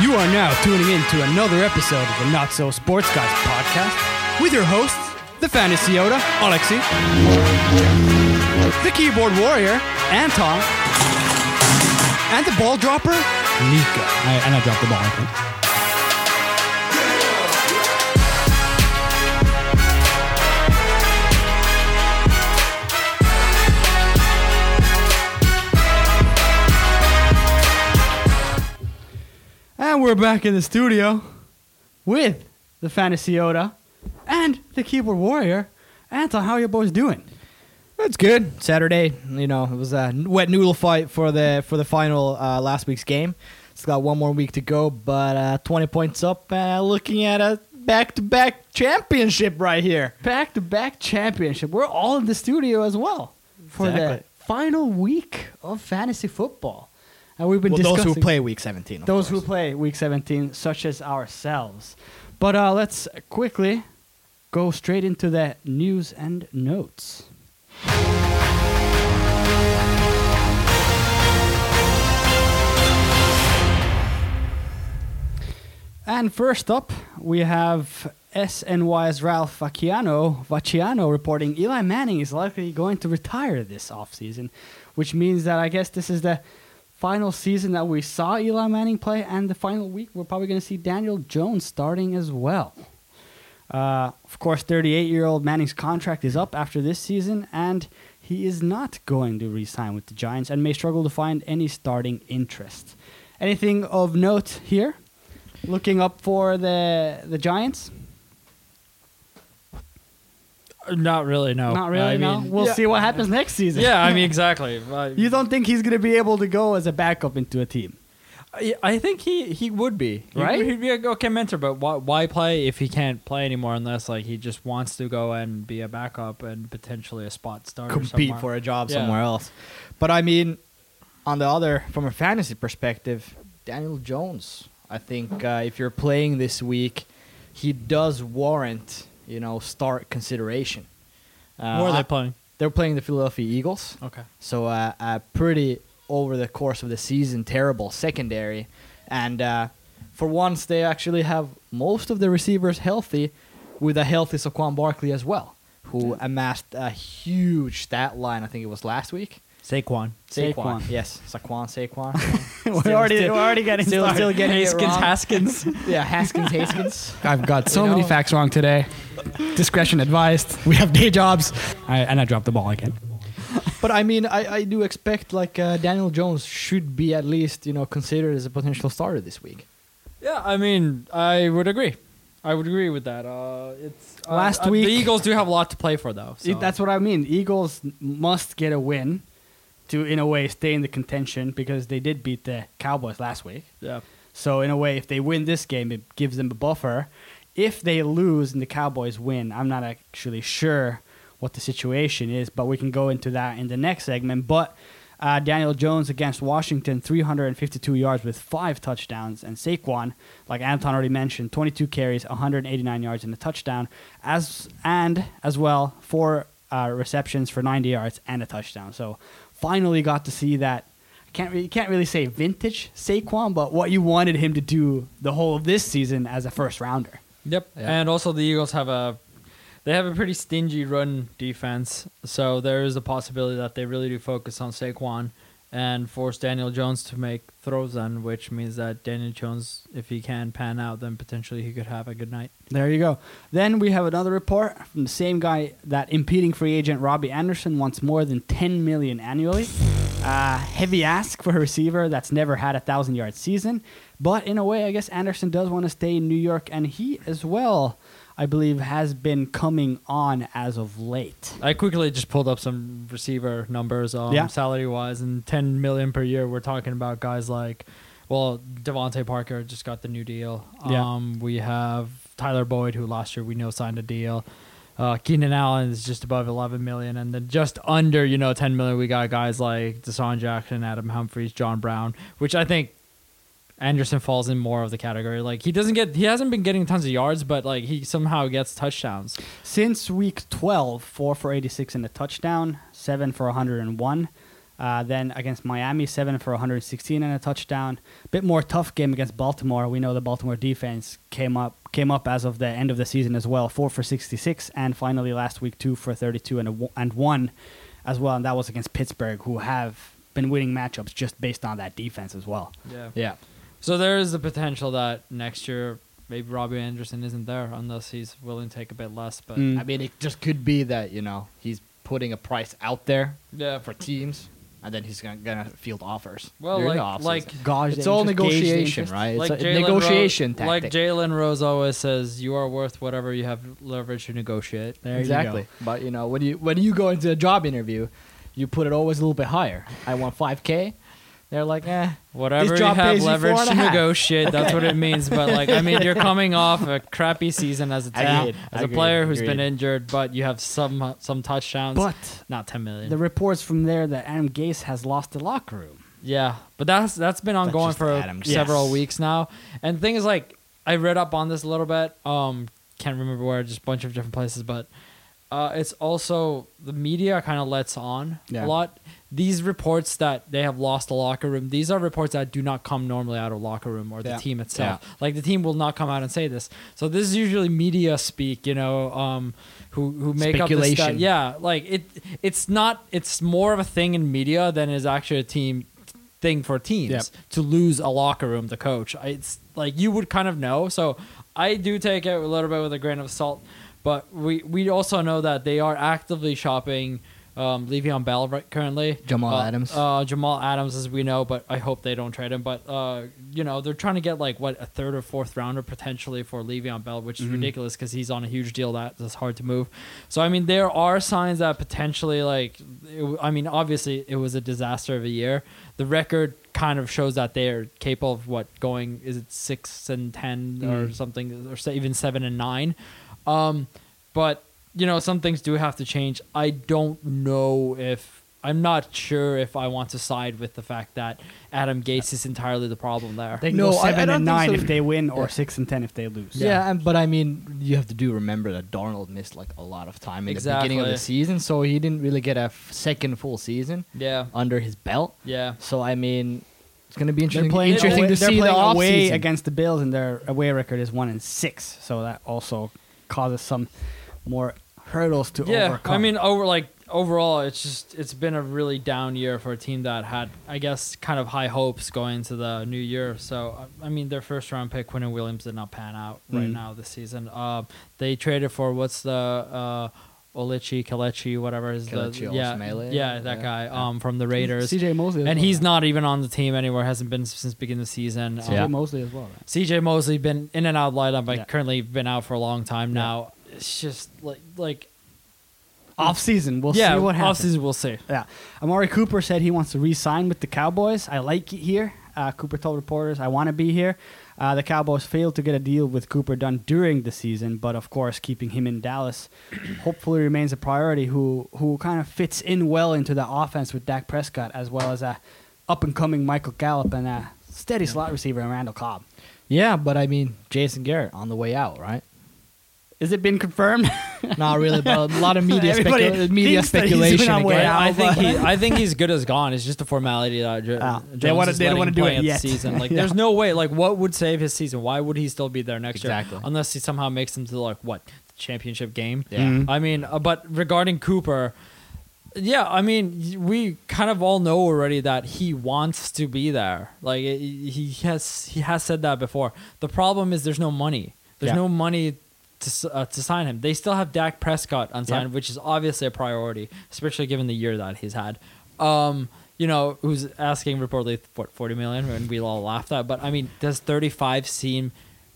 You are now tuning in to another episode of the Not So Sports Guys podcast with your hosts, the Fantasy Yoda, Alexi, the Keyboard Warrior, Anton, and the Ball Dropper, Nico. I, and I dropped the ball, I think. And we're back in the studio with the Fantasy Oda and the Keyboard Warrior. Anton, how are you boys doing? That's good. Saturday, you know, it was a wet noodle fight for the for the final uh, last week's game. It's got one more week to go, but uh, 20 points up. Uh, looking at a back-to-back championship right here. Back to back championship. We're all in the studio as well for the Exactly. final week of fantasy football. And we've been Well, discussing those who play week 17. of those who course. play week 17, such as ourselves. But uh, let's quickly go straight into the news and notes. And first up, we have SNY's Ralph Vacchiano, Vacchiano reporting Eli Manning is likely going to retire this offseason, which means that I guess this is the final season that we saw Eli Manning play, and the final week we're probably going to see Daniel Jones starting as well. Uh, of course, 38 year old Manning's contract is up after this season, and he is not going to re sign with the Giants and may struggle to find any starting interest. Anything of note here? Looking up for the the Giants? Uh, Not really. No. Not really. I no. mean, We'll yeah. see what happens next season. Yeah, I mean, exactly. Uh, You don't think he's going to be able to go as a backup into a team? I- I think he he would be He- Right? He'd be a okay mentor, but why why play if he can't play anymore unless like he just wants to go and be a backup and potentially a spot starter. compete somewhere. for a job Yeah. somewhere else. But I mean, on the other, from a fantasy perspective, Daniel Jones. I think uh, if you're playing this week, he does warrant you know start consideration. Uh, Where are I- they playing? They're playing the Philadelphia Eagles. Okay. So uh, a pretty over the course of the season terrible secondary, and uh, for once they actually have most of the receivers healthy, with a healthy Saquon Barkley as well, who amassed a huge stat line. I think it was last week. Saquon. Saquon. yes, Saquon, Saquon. we're, already, still- we're already getting still- started. still getting it Haskins. wrong. Haskins. yeah, Haskins, Haskins. I've got so You many know? facts wrong today. Discretion advised. We have day jobs. I, and I dropped the ball again. But I mean, I, I do expect like uh, Daniel Jones should be at least you know considered as a potential starter this week. yeah, I mean, I would agree. I would agree with that. Uh, it's uh, Last uh, the week- Eagles do have a lot to play for, though. So. See, That's what I mean. Eagles must get a win to, in a way, stay in the contention because they did beat the Cowboys last week. yeah. So, in a way, if they win this game, it gives them a buffer. If they lose and the Cowboys win, I'm not actually sure what the situation is, but we can go into that in the next segment. But uh, Daniel Jones against Washington, 352 yards with five touchdowns, and Saquon, like Anton already mentioned, 22 carries, 189 yards and a touchdown, as and as well four uh, receptions for 90 yards and a touchdown. So finally got to see that can't really, you can't really say vintage Saquon, but what you wanted him to do the whole of this season as a first rounder. Yep. Yeah. And also the Eagles have a they have a pretty stingy run defense, so there is a possibility that they really do focus on Saquon and force Daniel Jones to make throws then, which means that Daniel Jones, if he can pan out, then potentially he could have a good night. There you go. Then we have another report from the same guy that impeding free agent Robbie Anderson wants more than 10 million annually. Uh, heavy ask for a receiver that's never had a thousand yard season, but in a way, I guess Anderson does want to stay in New York, and he as well, I believe, has been coming on as of late. I quickly just pulled up some receiver numbers um, Yeah. salary wise and 10 million per year. We're talking about guys like, well, Devontae Parker just got the new deal. Yeah. Um, we have Tyler Boyd, who last year we know signed a deal. Uh, Keenan Allen is just above 11 million, and then just under you know 10 million, we got guys like Deshaun Jackson, Adam Humphries, John Brown, which I think Anderson falls in more of the category. Like he doesn't get, he hasn't been getting tons of yards, but like he somehow gets touchdowns. Since week 12, 4 for 86 and a touchdown, 7 for 101. Uh, then against Miami, seven for 116 and a touchdown. Bit more tough game against Baltimore. We know the Baltimore defense came up came up as of the end of the season as well, four for 66, and finally last week two for 32 and a, wo- and one, as well. And that was against Pittsburgh, who have been winning matchups just based on that defense as well. Yeah. Yeah. So there is the potential that next year maybe Robbie Anderson isn't there unless he's willing to take a bit less. But Mm. I mean, it just could be that you know he's putting a price out there uh, yeah, for teams, and then he's gonna, gonna field offers. well, during the like offseason. like Gosh, it's all negotiation, right? It's like a Jalen negotiation Ro- tactic. Like Jalen Rose always says, you are worth whatever you have leverage to negotiate. There you exactly. go. But you know, when you when you go into a job interview, you put it always a little bit higher. I want five k. They're like, eh. Whatever you job have pays you four leverage and to a half. negotiate, that's what it means. But like, I mean, you're coming off a crappy season as a ta- Agreed, as a agreed, player who's been agreed. injured, but you have some uh, some touchdowns, But not 10 million. the reports from there that Adam Gase has lost the locker room. Yeah, but that's that's been ongoing just for Adam Gase. several Yes. weeks now. And the thing is, like, I read up on this a little bit. Um, can't remember where, just a bunch of different places, but uh, it's also the media kind of lets on Yeah. a lot. These reports that they have lost the locker room, these are reports that do not come normally out of locker room or the Yeah. team itself. Like the team will not come out and say this. So this is usually media speak, you know, um, who who make up the stuff. Speculation. Yeah, like it it's not it's more of a thing in media than is actually a team thing for teams Yep. to lose a locker room to coach. I- It's like you would kind of know. So I do take it a little bit with a grain of salt, but we we also know that they are actively shopping um, Le'Veon Bell right currently. Jamal Uh, Adams. Uh, Jamal Adams, as we know, but I hope they don't trade him. But uh, you know they're trying to get like what a third or fourth rounder potentially for Le'Veon Bell, which Mm-hmm. is ridiculous because he's on a huge deal that that's hard to move. So I mean there are signs that potentially like it, w- I mean obviously it was a disaster of a year. The record kind of shows that they're capable of what going is it six and 10 or Mm. something or se- even seven and nine. Um, but you know, some things do have to change. I don't know if I'm not sure if I want to side with the fact that Adam Gates is entirely the problem there. They can No, go I- I seven don't and think nine so. if they win, or Yeah. six and ten if they lose. Yeah, and, but I mean, you have to do remember that Darnold missed like a lot of time in the beginning of the Exactly. season, so he didn't really get a f- second full season yeah, under his belt. yeah. So I mean, it's gonna be They're interesting. playing interesting away, to see they're the playing away offseason. against the Bills, and their away record is one and six. So that also causes some more hurdles to yeah, overcome. I mean, over like overall, it's just it's been a really down year for a team that had, I guess, kind of high hopes going into the new year. So I I mean, their first round pick, Quinn Williams, did not pan out right Mm. now this season. Uh, they traded for what's the uh, Olichi Kalechi, whatever is Kelechi the yeah, Osemele, yeah that yeah. guy um, from the Raiders, CJ Mosley, as and well, he's right? not even on the team anywhere. Hasn't been since the beginning of the season. CJ Yeah. Mosley as well. Right? CJ Mosley been in and out of the lineup, but Yeah. currently been out for a long time now. It's just like like Off season, we'll yeah, see what happens. offseason we'll see. Yeah. Amari Cooper said he wants to re sign with the Cowboys. I like it here. Uh, Cooper told reporters, I want to be here. Uh, the Cowboys failed to get a deal with Cooper done during the season, but of course, keeping him in Dallas hopefully remains a priority. Who who kind of fits in well into the offense with Dak Prescott as well as a up and coming Michael Gallup and a steady slot receiver in Randall Cobb. Yeah, but I mean, Jason Garrett on the way out, right? Is it been confirmed? Not really, but a lot of media, Everybody specula- media thinks that he's been speculation. on way again. out. I Alba. think he, I think he's good as gone. It's just a formality that J- Ah, Jones uh, they wanna- is they don't letting wanna him do play it at the yet. season. Like, Yeah. there's no way. Like, what would save his season? Why would he still be there next Exactly. year? Unless he somehow makes him to like what the championship game. Yeah. Mhm. I mean, uh, but regarding Cooper, yeah, I mean, y- we kind of all know already that he wants to be there. Like it- he has he has said that before. The problem is there's no money. There's Yeah. no money to s- uh, to sign him. They still have Dak Prescott unsigned, Yeah. which is obviously a priority, especially given the year that he's had. Um, you know, who's asking reportedly what 40 million and we all laughed at, but I mean, does 35 seem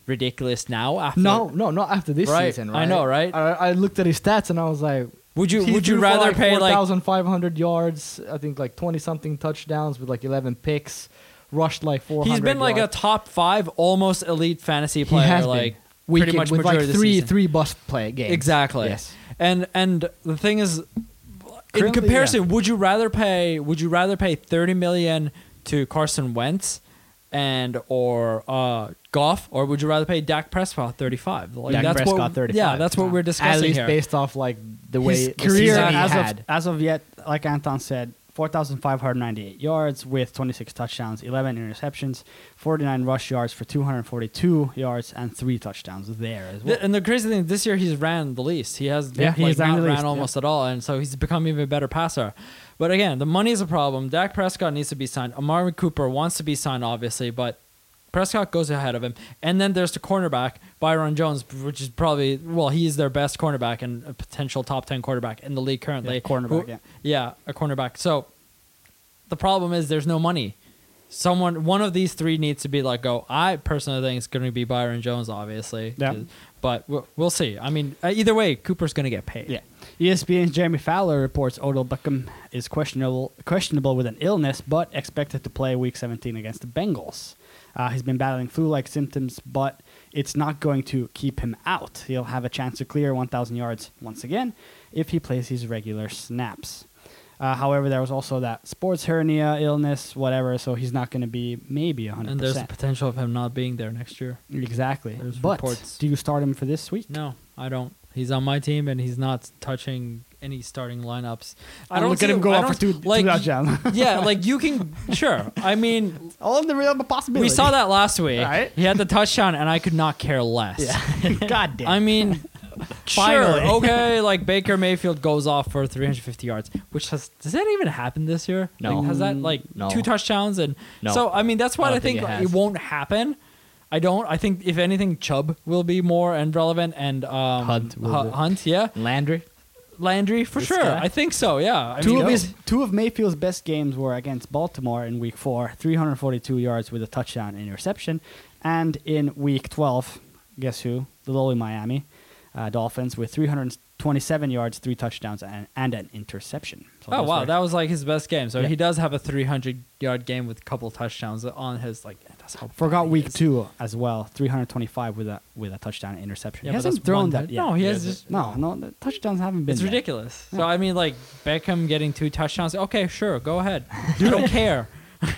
ridiculous now after No, no, not after this Right. season. Right? I know, right? I, I looked at his stats and I was like, Would you he would you threw for, rather pay like 4,500 yards? I think like 20 something touchdowns with like 11 picks, rushed like 400. He's been like a yards. top five, almost elite fantasy player. He has like been. Week pretty in- much with majority like of the three season. three bust play games. Exactly. Yes. And and the thing is, in Currently, comparison, would you rather pay? Would you rather pay thirty million to Carson Wentz and or uh, Goff, or would you rather pay Dak Prescott thirty five? Like, Dak that's what- Prescott, 35. Yeah, that's what we're At discussing least here. based off like the way his the career season he as had. of as of yet, like Anton said, 4,598 yards with 26 touchdowns, 11 interceptions, 49 rush yards for 242 yards, and three touchdowns there as well. Th- and the crazy thing, this year he's ran the least. He has Yeah, yeah, he's he's ran not the ran least, almost at all, and so he's become even a better passer. But again, the money is a problem. Dak Prescott needs to be signed. Amari Cooper wants to be signed, obviously, but Prescott goes ahead of him. And then there's the cornerback, Byron Jones, which is probably well, he is their best cornerback and a potential top ten quarterback in the league currently. Yeah, cornerback, yeah. yeah, a cornerback. So the problem is there's no money. Someone, one of these three needs to be let go. I personally think it's going to be Byron Jones, obviously. Yeah. But we'll, we'll see. I mean, uh, either way, Cooper's going to get paid. Yeah. E ESPN's Jeremy Fowler reports Odell Beckham is questionable questionable with an illness, but expected to play Week 17 against the Bengals. Uh, he's been battling flu-like symptoms, but it's not going to keep him out. He'll have a chance to clear 1,000 yards once again if he plays his regular snaps. Uh, however, there was also that sports hernia illness, whatever, so he's not going to be maybe 100%. And there's the potential of him not being there next year. exactly. there's but reports. do you start him for this week? No, I don't. He's on my team, and he's not touching any starting lineups. And look at see- him go I out don't- for two, like, two touchdowns. yeah, like you can. Sure. I mean, All in the realm of possibility. we saw that last week. Right. He had the touchdown, and I could not care less. God damn. I mean, Finally. sure, okay, like Baker Mayfield goes off for 350 yards, which has does that even happen this year? No. like, has that like No. two touchdowns and No. so I mean that's why I I, don't think, think it it, has. won't happen. I don't. I think if anything, Chubb will be more and relevant and um, Hunt will Hu- be. Hunt, yeah, Landry. Landry for This sure. guy. I think so. Yeah, I two mean, oh. of his two of Mayfield's best games were against Baltimore in Week Four, 342 yards with a touchdown and interception, and in Week 12, guess who? The lowly Miami uh, Dolphins with 327 yards, three touchdowns, and, and an interception. So Oh those wow, were- that was like his best game. So Yeah. he does have a 300 yard game with a couple touchdowns on his like. That's how bad forgot he Week is. Two as well, 325 with a with a touchdown and interception. Yeah, he but hasn't that's thrown one that touch- yet. No, he Yeah, has but- just no, no, the touchdowns haven't been. It's there. ridiculous. So I mean, like Beckham getting two touchdowns. Okay, sure, go ahead. You don't care.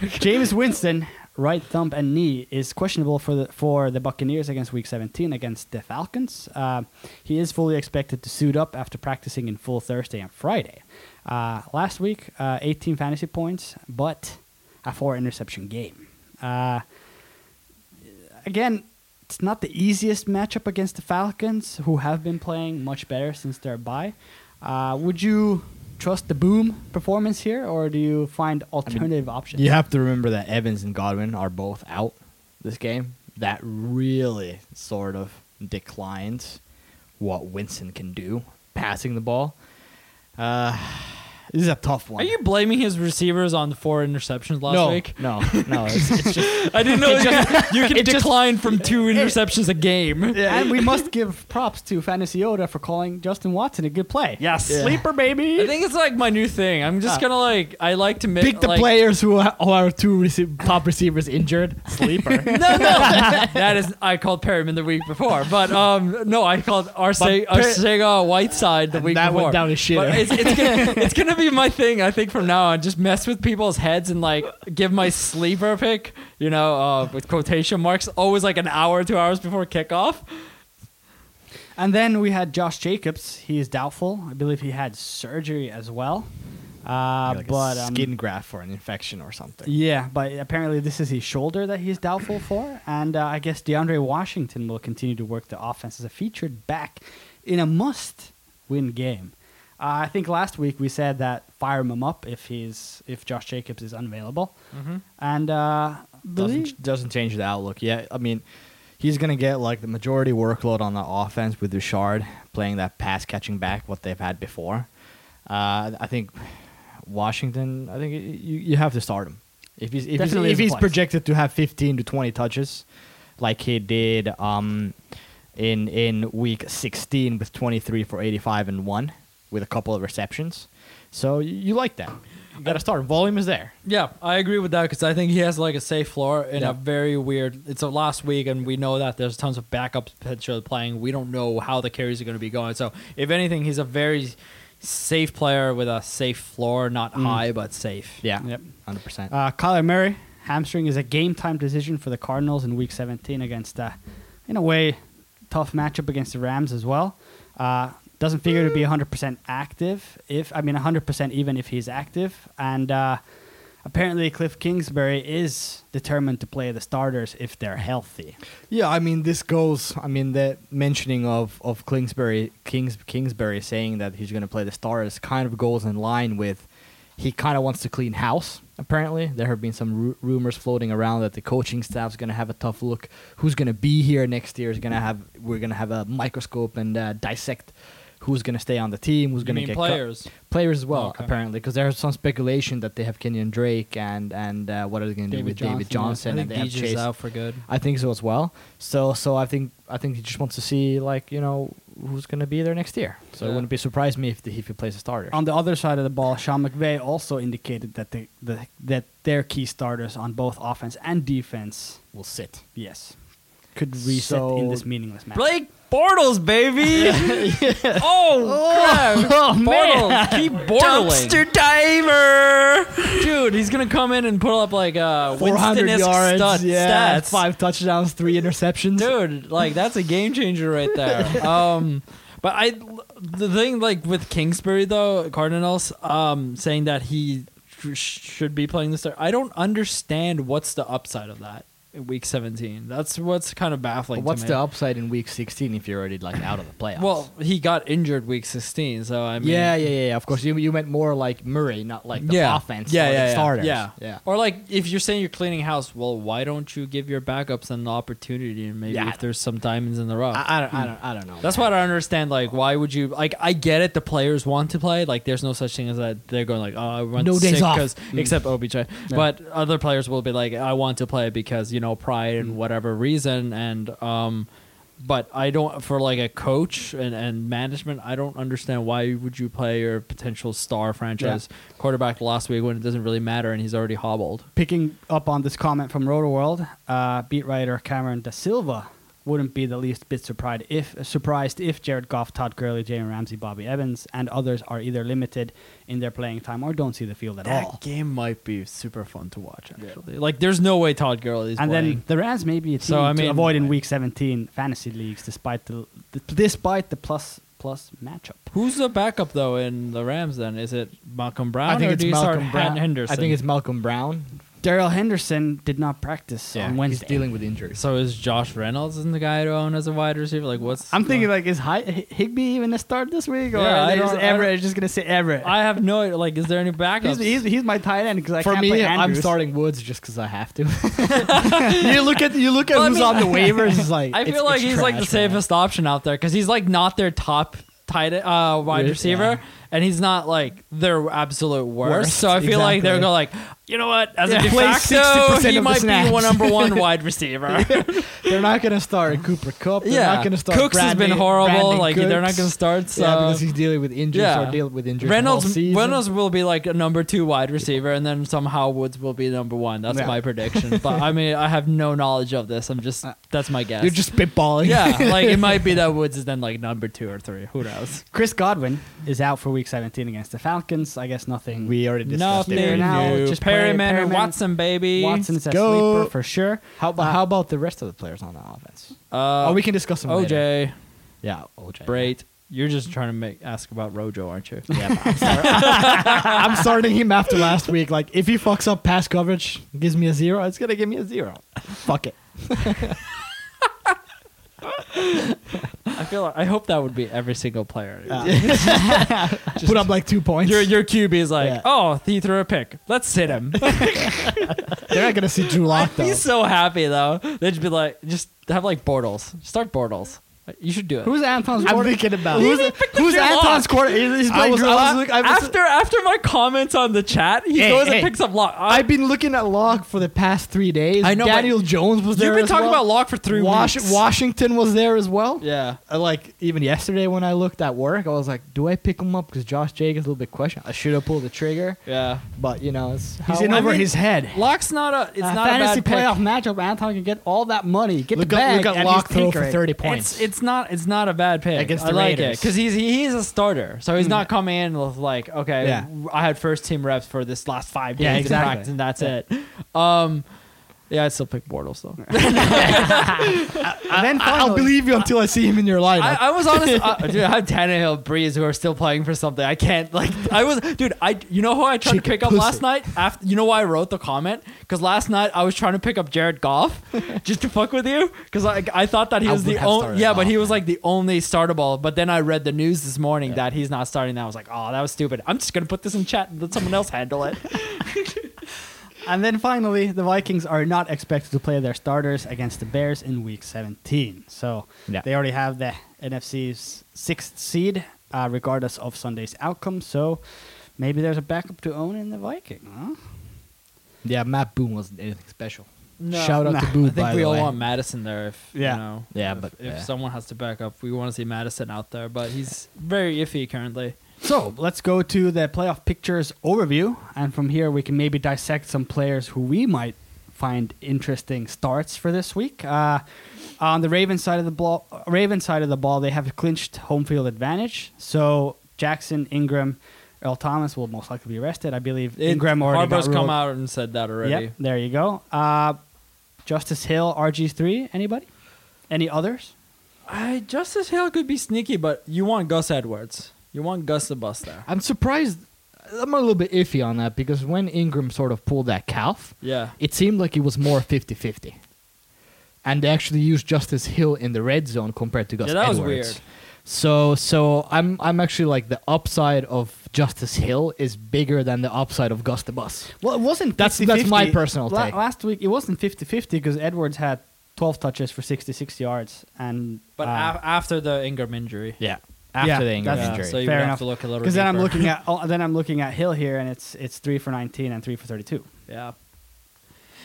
James Winston, right thumb and knee, is questionable for the for the Buccaneers against Week 17 against the Falcons. Uh, he is fully expected to suit up after practicing in full Thursday and Friday. Uh, last week, uh, 18 fantasy points, but a four interception game. Uh, again, it's not the easiest matchup against the Falcons, who have been playing much better since their bye. Uh, would you trust the boom performance here, or do you find alternative options? You have to remember that Evans and Godwin are both out this game. That really sort of declines what Winston can do passing the ball. Uh, this is a tough one. Are you blaming his receivers on the four interceptions last no, week? no, no. It's, it's just I didn't know you can, you can decline from two interceptions a game. And we must give props to Fantasy Oda for calling Justin Watson a good play. Yes. Yeah. Sleeper baby. I think it's like my new thing. I'm just gonna like I like to make pick Ah. the like, players who are, who are two rece- top receivers injured. Sleeper. No, no, that is I called Perryman the week before, but um, no, I called Arce- But Per- Arcega Whiteside the And week that before. went down the shitter. But it's, it's gonna it's gonna be my thing. I think from now on, just mess with people's heads and like give my sleeper pick, you know, uh, with quotation marks, always like an hour, two hours before kickoff. And then we had Josh Jacobs. He is doubtful. I believe he had surgery as well. Uh, like but a um, skin graft or an infection or something. Yeah, but apparently this is his shoulder that he's doubtful for, and uh, I guess DeAndre Washington will continue to work the offense as a featured back in a must-win game. Uh, I think last week we said that fire him up if he's if Josh Jacobs is unavailable, and uh, believe- Mm-hmm. doesn't doesn't change the outlook. Yeah, I mean, he's gonna get like the majority workload on the offense with Richard playing that pass catching back what they've had before. Uh, I think Washington. I think you you have to start him if he's if Definitely he's, if is a he's plus. projected to have 15 to 20 touches, like he did um in in week 16 with 23 for 85 and one with a couple of receptions. So you, you like that. You gotta start. him. Volume is there. Yeah, I agree with that because I think he has like a safe floor in Yeah. a very weird. It's a last week, and we know that there's tons of backups potentially playing. We don't know how the carries are going to be going. So, if anything, he's a very safe player with a safe floor, not high but safe. Yeah. Yep. 100%. Uh, Kyler Murray hamstring is a game time decision for the Cardinals in Week 17 against, uh, in a way, tough matchup against the Rams as well. Uh, Doesn't figure to be 100% active. If I mean 100% even if he's active, and uh, apparently Cliff Kingsbury is determined to play the starters if they're healthy. Yeah, I mean this goes. I mean the mentioning of of Kingsbury, Kings Kingsbury saying that he's going to play the stars kind of goes in line with he kind of wants to clean house. Apparently, there have been some ru- rumors floating around that the coaching staff's going to have a tough look. Who's going to be here next year is going to have we're going to have a microscope and uh, dissect who's going to stay on the team, who's going to mean get cut. players? players as well Oh, okay. apparently because there's some speculation that they have Kenyon Drake and and uh, what are they going to do with David Johnson I and they think have DJ's Chase out for good. I think so as well. So so I think I think he just wants to see like you know who's gonna be there next year. So it Yeah. wouldn't be surprise me if the, if he plays a starter. On the other side of the ball, Sean McVay also indicated that they, the, that their key starters on both offense and defense, will sit. yes, could reset in So- this meaningless match. Blake Bortles, baby. Oh, crap. Oh Bortles, keep bortling. diver. Dude, he's gonna come in and put up like uh, Winston-esque stud- yeah, stats. five touchdowns, three interceptions. dude like that's a game changer right there um but i the thing like with kingsbury though cardinals um saying that he sh- should be playing the star i don't understand what's the upside of that in week 17 that's what's kind of But baffling what's to me. the upside in week 16 if you're already like out of the playoffs? well he got injured week 16 so i mean yeah, yeah, yeah. yeah. Of course, you you meant more like Murray, not like the yeah. offense. yeah, or yeah, the yeah, starters. yeah, yeah. Or like, if you're saying you're cleaning house, well, why don't you give your backups an opportunity? And maybe Yeah. if there's some diamonds in the rough, I, I don't, I don't, I don't know. That's man. what I don't understand. Like, why would you? Like, I get it. The players want to play. Like, there's no such thing as that. They're going like, oh, I want No sick days off. 'cause- except OBJ. But other players will be like, I want to play because you know pride and whatever reason. And um, but I don't for like a coach and and management. I don't understand why would you play your potential star franchise quarterback last week when it doesn't really matter and he's already hobbled. Picking up on this comment from Roto World, uh, beat writer Cameron Da Silva wouldn't be the least bit surprised if surprised if Jared Goff, Todd Gurley, Jalen Ramsey, Bobby Evans, and others are either limited in their playing time or don't see the field at That all. game might be super fun to watch. Actually, like, there's no way Todd Gurley is And playing. then the Rams may be a team So, I to mean- avoid in Week 17 fantasy leagues, despite the, despite the plus plus matchup. Who's the backup though in the Rams? Then is it Malcolm Brown? I think or it's do you start Malcolm Brown. Han- Henderson. I think it's Malcolm Brown. Daryl Henderson did not practice on Wednesday. he's dealing with injuries. so. Is Josh Reynolds in the guy to own as a wide receiver? Like what's? I'm thinking like is Hi- H- Higby even a start this week or Yeah, are I they just don't- I don't- Everett is just gonna say Everett? I have no like. Is there any backups? he's, he's, he's my tight end because I For can't me, play I'm Andrews. starting Woods just because I have to. you look at you look at Well, I who's mean- on the waivers. It's like I it's- feel like it's he's like the trash, man. safest option out there because he's like not their top tight uh, wide Yeah. receiver, and he's not like their absolute worst. Worst, so I feel like they're exactly. going like, you know what? As Yeah. a de Plays facto, 60% he of the might be snaps. one number one wide receiver. They're not gonna start Cooper Cup. They're yeah, not gonna start. Cooks has been Brandon- horrible. Brandon like they're not Cooks. going to start. So Yeah, because he's dealing with injuries Yeah. or dealing with injuries. all Reynolds season. Reynolds will be like a number two wide receiver, and then somehow Woods will be number one. That's Yeah. my prediction. but I mean, I have no knowledge of this. I'm just that's my guess. Uh, You're just spitballing. yeah, like it might be that Woods is then like number two or three. Who knows? Chris Godwin is out for Week 17 against the Falcons. I guess nothing. we already discussed Nothing They're it. now new. just play Perryman and Perryman. Watson, baby. Watson is a Go. sleeper for sure. How about how about the rest of the players on the offense? Uh, oh, we can discuss them. OJ, later. Yeah, OJ. Brait. You're just trying to make ask about Rojo, aren't you? Yeah, I'm, sorry. I'm starting him after last week. Like, if he fucks up pass coverage, gives me a zero, it's gonna give me a zero. Fuck it. I feel. Like, I hope that would be every single player. Put up like two points. Your your QB is like, Yeah. oh, he threw a pick. Let's sit him. They're not gonna see Drew Lock I'd though. be so happy though. They'd be like, just have like Bortles. Start Bortles. You should do it. Who's Anton's I'm quarter- thinking about Who's, it. who's Drew Anton's Lock. quarter? He's he's I playing was, Drew I was Lock? look- I was- after after my comments on the chat, he Hey, goes hey. and picks up Lock. I, I've been looking at Lock for the past three days. I know, but Daniel Jones was there. you've been as talking well. about Lock for three Wash- weeks. Washington was there as well. yeah. Uh, Like even yesterday when I looked at work, I was like, "Do I pick him up?" Because Josh Jacobs a little bit question. I should have pulled the trigger, Yeah. but you know, it's He's how- in I over mean, his head. Lock's not a. It's Uh, a not fantasy a bad pick. playoff matchup. Anton can get all that money. Get look the at, bag. look at and Lock he's throw for tinkering. thirty points. It's it's not it's not a bad pick. Against I the like it Raiders. Hmm. because he's he is a starter, so he's not coming in with like okay, Yeah. I had first team reps for this last five days Yeah, in exactly. practice, and that's it. Um, Yeah, I'd still pick Bortles though. And then I, will finally- believe you until I see him in your lineup. I, I was honest, uh, dude. I have Tannehill, Breeze, who are still playing for something. I can't like. I was, dude. I you know who I tried to Chicken pick up pussy. last night? After you know why I wrote the comment? Because last night I was trying to pick up Jared Goff just to fuck with you. Because I I thought that he I was would the have only started yeah, but he Goff, was man. like the only startable. But then I read the news this morning that he's not starting. That I was like, oh, that was stupid. I'm just gonna put this in chat and let someone else handle it. And then finally, the Vikings are not expected to play their starters against the Bears in Week 17. So Yeah. they already have the NFC's sixth seed, uh, regardless of Sunday's outcome. So maybe there's a backup to own in the Viking. Huh? yeah, Matt Boone wasn't anything special. No. Shout out Nah. to Boone. I think by we the all way. want Madison there. If Yeah. you know, Yeah, if, but, if yeah. someone has to back up, we want to see Madison out there. But he's very iffy currently. So let's go to the playoff pictures overview. And from here, we can maybe dissect some players who we might find interesting starts for this week. Uh, on the Ravens side of the ball, Raven side of the ball, they have clinched home field advantage. So Jackson, Ingram, Earl Thomas will most likely be rested. I believe Ingram already Harbaugh's got come ruled- out and said that already. Yep, there you go. Uh, Justice Hill, RG3, anybody? Any others? I Justice Hill could be sneaky, but you want Gus Edwards. You want Gus the bus there. I'm surprised. I'm a little bit iffy on that because when Ingram sort of pulled that calf, Yeah. it seemed like it was more 50 50. And they actually used Justice Hill in the red zone compared to Gus Yeah, that was Edwards. weird. So, so I'm, I'm actually like the upside of Justice Hill is bigger than the upside of Gus the Bus. Well, it wasn't. That's- that's my 50-50. personal La- take. Last week it wasn't 50-50 because Edwards had 12 touches for 66 yards, and But uh, af- after the Ingram injury. Yeah. After Yeah, the Ingram that's- injury. So you Fair would enough. have to look a little because then I'm deeper. looking at oh, then I'm looking at Hill here, and it's it's three for 19 and three for 32. Yeah.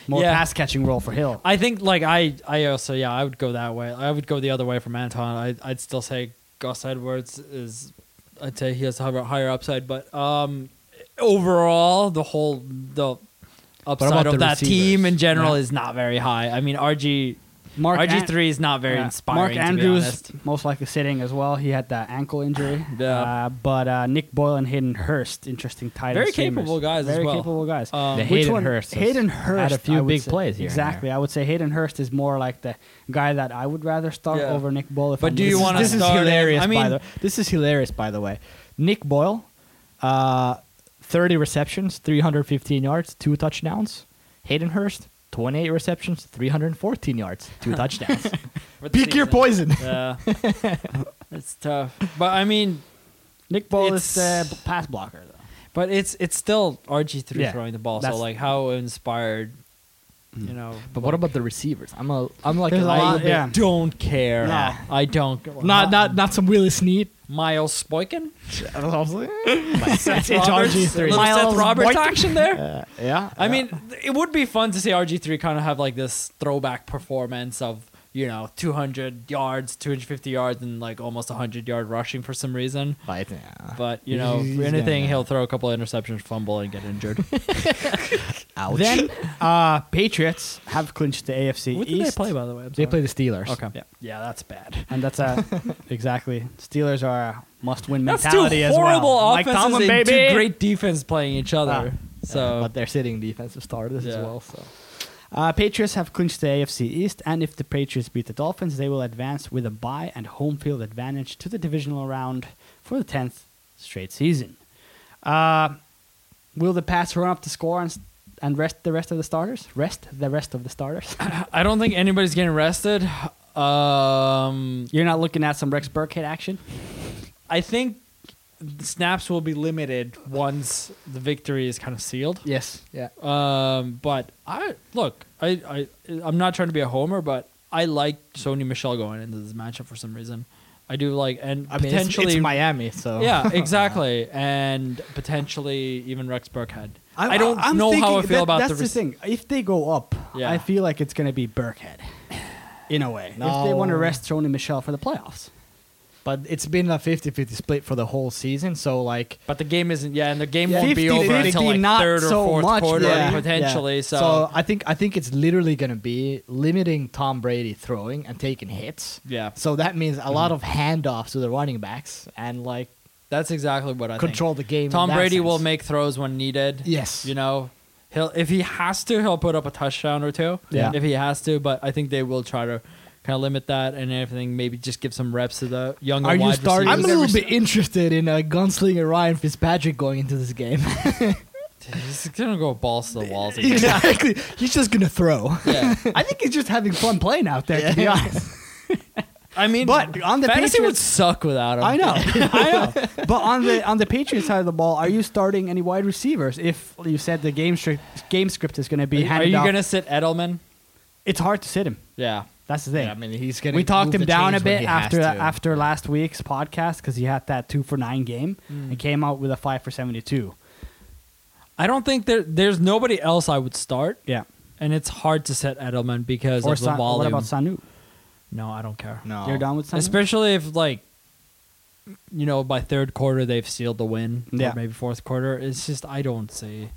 More Yeah. pass catching role for Hill. I think like I I also yeah, I would go that way. I would go the other way from Anton. I I'd still say Gus Edwards is I'd say he has a higher- higher upside, but um overall the whole the upside about of the that team in receivers? general Yeah. is not very high. I mean RG Mark An- RG3 is not very yeah, inspiring Mark to be Andrews honest. most likely sitting as well. He had that ankle injury. Yeah. Uh, but uh, Nick Boyle and Hayden Hurst, interesting tight Very end streamers. capable guys as Very well. capable guys. Um, The Which Hayden one? Hurst has Hayden had Hurst a few I would big say- plays here and Exactly. there. I would say Hayden Hurst is more like the guy that I would rather start Yeah. over Nick Boyle. if But I'm do you this is- wanna This start is him? hilarious. I by mean- the, this is hilarious, by the way. Nick Boyle, uh, 30 receptions, 315 yards, two touchdowns. Hayden Hurst, 28 receptions, 314 yards, two touchdowns. with the Pick your season. poison. Yeah. it's tough. But I mean, Nick Boyle is the It's- b- pass blocker. Though. but it's it's still RG3 Yeah, throwing the ball. So that's- like how inspired you know. But what about the receivers? I'm a, I'm like There's a a lot, lot- bit, yeah. don't care. Nah. I don't not not not some Willie Sneed. Miles Boykin? it's Roberts? RG3. Little Miles Seth Roberts Boykin? action there? yeah, I mean, th- it would be fun to see RG3 kind of have like this throwback performance of, you know, 200 yards, 250 yards, and like almost 100 yard rushing for some reason. but, uh, yeah. But, you know, He's for anything, gonna- he'll throw a couple of interceptions, fumble, and get injured. Ouch. Then uh, Patriots have clinched the AFC What did East. they play, by the way? I'm they sorry. play the Steelers. Okay. Yeah. Yeah, that's bad. and that's a exactly. Steelers are a must-win That's two mentality as horrible well. Mike offenses Tomlin, and baby. two great Ah. defense playing each other. So, so but they're sitting defensive starters as Yeah. well. So Uh, Patriots have clinched the AFC East, and if the Patriots beat the Dolphins, they will advance with a bye and home field advantage to the divisional round for the 10th straight season. Uh, will the Pats run up the score and, s- and rest the rest of the starters? Rest the rest of the starters? I don't think anybody's getting arrested. Um, You're not looking at some Rex Burkhead action? I think snaps will be limited once the victory is kind of sealed. yes, yeah. Um, but I look, I, I I'm not trying to be a homer, but I like Sony Michelle going into this matchup for some reason. I do like and I mean, potentially potentially it's, Miami. So yeah, exactly, and potentially even Rex Burkhead. I'm- I, don't I'm know how I thinking feel that- about that's the, rec- thing. If they go up, Yeah. I feel like it's going to be Burkhead. In a way, if they No. want to rest Sony Michelle for the playoffs, But it's been a 50-50 split for the whole season. So like But the game isn't, yeah, and the game Yeah. won't 50, be over until 50, like not third or so Oh, fourth much, quarter yeah. potentially. Yeah. So, I think I think it's literally gonna be limiting Tom Brady throwing and taking hits. yeah, So that means a Mm-hmm. lot of handoffs to the running backs and like that's exactly what I think. control the game. in Tom that Brady will sense. make throws when needed. Yes. You know, he'll if he has to, he'll put up a touchdown or two. Yeah. If he has to, but I think they will try to kind of limit that and everything. Maybe just give some reps to the younger. Are you wide starting? I'm a receivers. little bit interested in uh, gunslinger Ryan Fitzpatrick going into this game. He's gonna go balls to the walls. Again. exactly. He's just gonna throw. yeah. I think he's just having fun playing out there, to be Yeah. honest. I mean, But on the fantasy would Patriots, suck without him. I know, I know. But on the on the Patriots side of the ball, are you starting any wide receivers? If you said the game script game script is going to be Are handed you off? gonna sit Edelman? it's hard to sit him. Yeah. That's the thing. Yeah, I mean, he's gonna. we talked move him the down a chains when bit he has after to. after last week's podcast because he had that two for nine game Mm. and came out with a five for seventy two. I don't think there there's nobody else I would start, Yeah. and it's hard to set Edelman because Or of the San- volume. what about Sanu? no, I don't care. No. You're down with Sanu. Especially if like you know by third quarter they've sealed the win, Yeah. or maybe fourth quarter. It's just I don't see.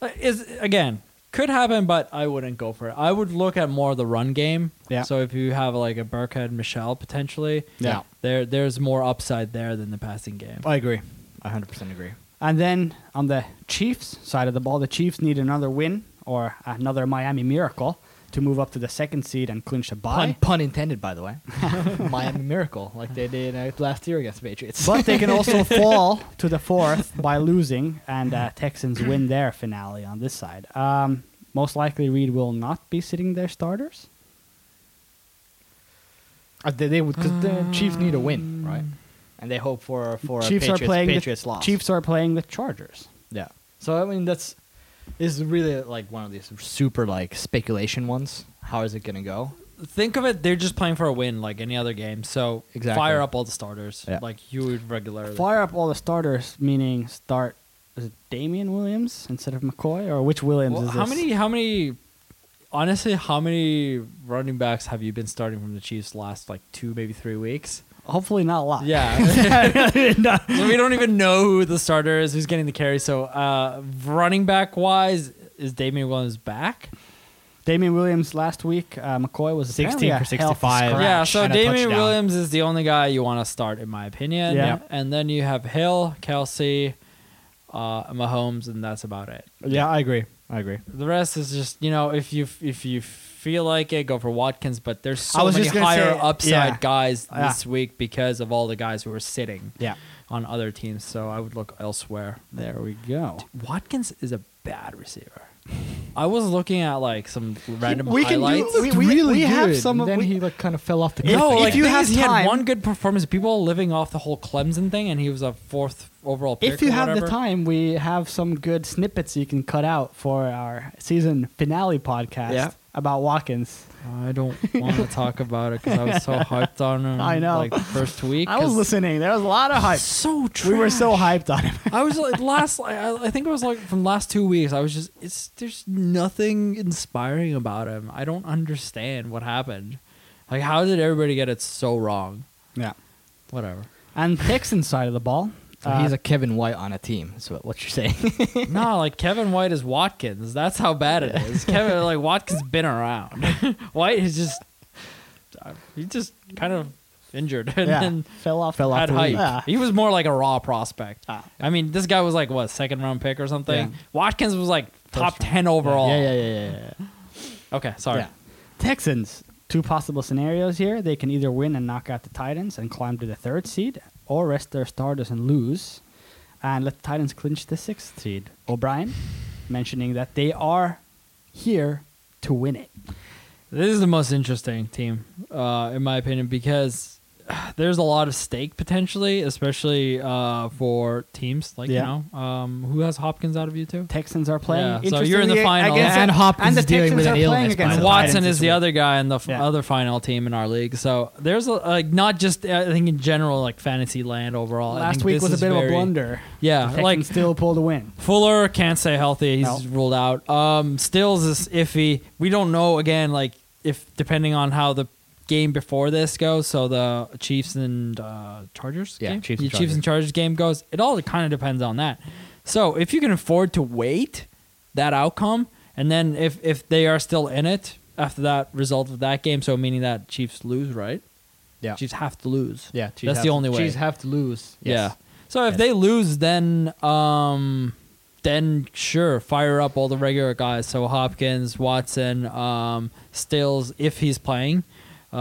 Like, Is again could happen, but I wouldn't go for it. I would look at more of the run game. Yeah. So if you have like a Burkhead, Michelle potentially, Yeah. there there's more upside there than the passing game. I agree. I 100% agree. And then on the Chiefs side of the ball, the Chiefs need another win or another Miami miracle to move up to the second seed and clinch a Pun, bye. pun intended, by the way. Miami Miracle, like they did uh, last year against the Patriots. But they can also fall to the fourth by losing, and uh, Texans win their finale on this side. Um, most likely, Reed will not be sitting their starters. Uh, they, they would because the Chiefs need a win, right? And they hope for for Chiefs a Patriots, are playing Patriots the, loss. Chiefs are playing the Chargers. yeah. So I mean, that's this is really like one of these super like speculation ones. How is it gonna go? Think of it; they're just playing for a win, like any other game. So Exactly. fire up all the starters, Yeah. like you would regularly. Fire up all the starters, meaning start is it Damian Williams instead of McCoy, or which Williams Well, is this? how many? How many? Honestly, how many running backs have you been starting from the Chiefs last like two, maybe three weeks? Hopefully, not a lot. Yeah, So we don't even know who the starter is, who's getting the carry. So, uh, running back wise, is Damian Williams back? Damian Williams last week. Uh, McCoy was 16 apparently a for health 65. scratch. Yeah, so and a Damian touchdown. Williams is the only guy you want to start, in my opinion. Yeah. And then you have Hill, Kelsey, uh, Mahomes, and that's about it. Yeah, I agree. I agree. The rest is just you know if you if you feel like it, go for Watkins. But there's I so was many just gonna higher say, upside yeah. guys Yeah. this week because of all the guys who are sitting Yeah. on other teams. So I would look elsewhere. There we go. Watkins is a bad receiver. I was looking at like some random we can do- highlights. we- we- we have some of- Then we- he like kind of fell off the. cliff no, again. like if you the thing have is he had time- one good performance. People are living off the whole Clemson thing, and he was a fourth overall pick. If you or have the whatever. time, we have some good snippets you can cut out for our season finale podcast Yeah. about Watkins. I don't want to talk about it because I was so hyped on him. I know. like the first week. I was 'cause- listening. There was a lot of hype. So trash. We were so hyped on him. I was like last. I, I think it was like from last two weeks. I was just. It's there's nothing inspiring about him. I don't understand what happened. Like how did everybody get it so wrong? Yeah. Whatever. And Texans side of the ball. So uh, he's a Kevin White on a team. Is what, what you're saying? no, like Kevin White is Watkins. That's how bad it is. Kevin like Watkins been around. White is just. uh, He just kind of injured and yeah, then fell off. fell off had the hype. league. Yeah. He was more like a raw prospect. Ah. I mean, this guy was like what second round pick or something. Yeah. Watkins was like top First ten overall. Yeah, yeah, yeah, yeah. yeah. Okay, sorry. Yeah. Texans, two possible scenarios here. They can either win and knock out the Titans and climb to the third seed, or rest their starters and lose, and let the Titans clinch the sixth seed. O'Brien mentioning that they are here to win it. This is the most interesting team, uh, in my opinion, because there's a lot of stake potentially, especially uh, for teams like Yeah. you know um, who has Hopkins out of you two. Texans are playing. Yeah, so you're in the interestingly final. against And it- Hopkins the is dealing Texans with an are playing illness, by against the And way. Titans Watson this is the week. other guy in the f- Yeah. other final team in our league. So there's a, like not just I think in general like fantasy land overall. I Last think week this was a is bit of a very- blunder. The Yeah, Texans like still pulled a win. Fuller can't stay healthy. He's No. ruled out. Um, Stills is iffy. We don't know again, like if depending on how the game before this goes. So the Chiefs and uh, Chargers, Yeah, game? Chiefs The and Chiefs and Chargers game goes. It all kind of depends on that. So if you can afford to wait that outcome, and then if if they are still in it after that result of that game, so meaning that Chiefs lose, right? Yeah. Chiefs have to lose. Yeah, Chiefs that's have the to- only way. Chiefs have to lose. Yes. Yeah. So if Yes. they lose, then um, then sure, fire up all the regular guys. So Hopkins, Watson, um, Stills, if he's playing.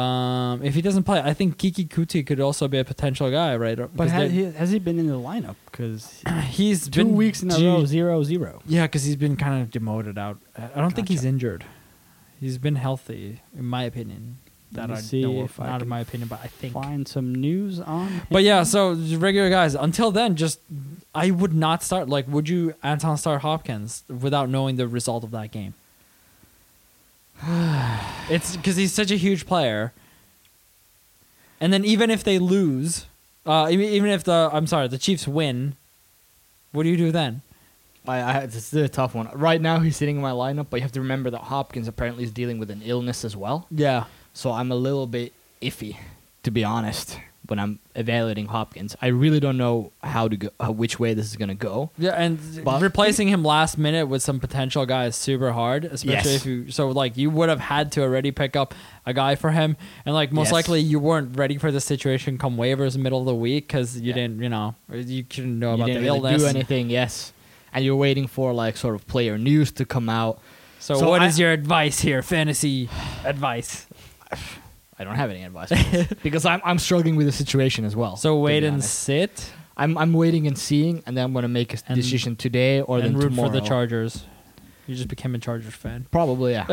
Um, if he doesn't play, I think Kiki Kuti could also be a potential guy, right? But Because has they- he, has he been in the lineup? Because he's two been weeks in a do- row, zero zero. Yeah, because he's been kind of demoted out. I I don't think he's Gotcha. injured. He's been healthy, in my opinion. Let That me I see know if of. I not can in my opinion, but I think. Find some news on. Him. But yeah, so regular guys. Until then, just I would not start. Like, would you Anton start Hopkins without knowing the result of that game? it's because he's such a huge player. And then even if they lose, uh, e- even if the I'm sorry, the Chiefs win, what do you do then? I, I, this is a tough one. Right now, he's sitting in my lineup, but you have to remember that Hopkins apparently is dealing with an illness as well. Yeah. So I'm a little bit iffy, to be honest, when I'm evaluating Hopkins. I really don't know how to go, uh, which way this is gonna go. Yeah, and But- replacing him last minute with some potential guy is super hard, especially Yes. if you so like you would have had to already pick up a guy for him, and like most Yes. likely you weren't ready for the situation come waivers middle of the week because you Yeah. didn't you know or you couldn't know you about didn't the really illness. do anything, yes, and you're waiting for like sort of player news to come out. So, what So is I- your advice here, fantasy advice? I don't have any advice because I'm I'm struggling with the situation as well. So to wait be and honest. sit I'm I'm waiting and seeing, and then I'm gonna make a s- And- decision today or then and root tomorrow. for the Chargers. You just became a Chargers fan. Probably, yeah.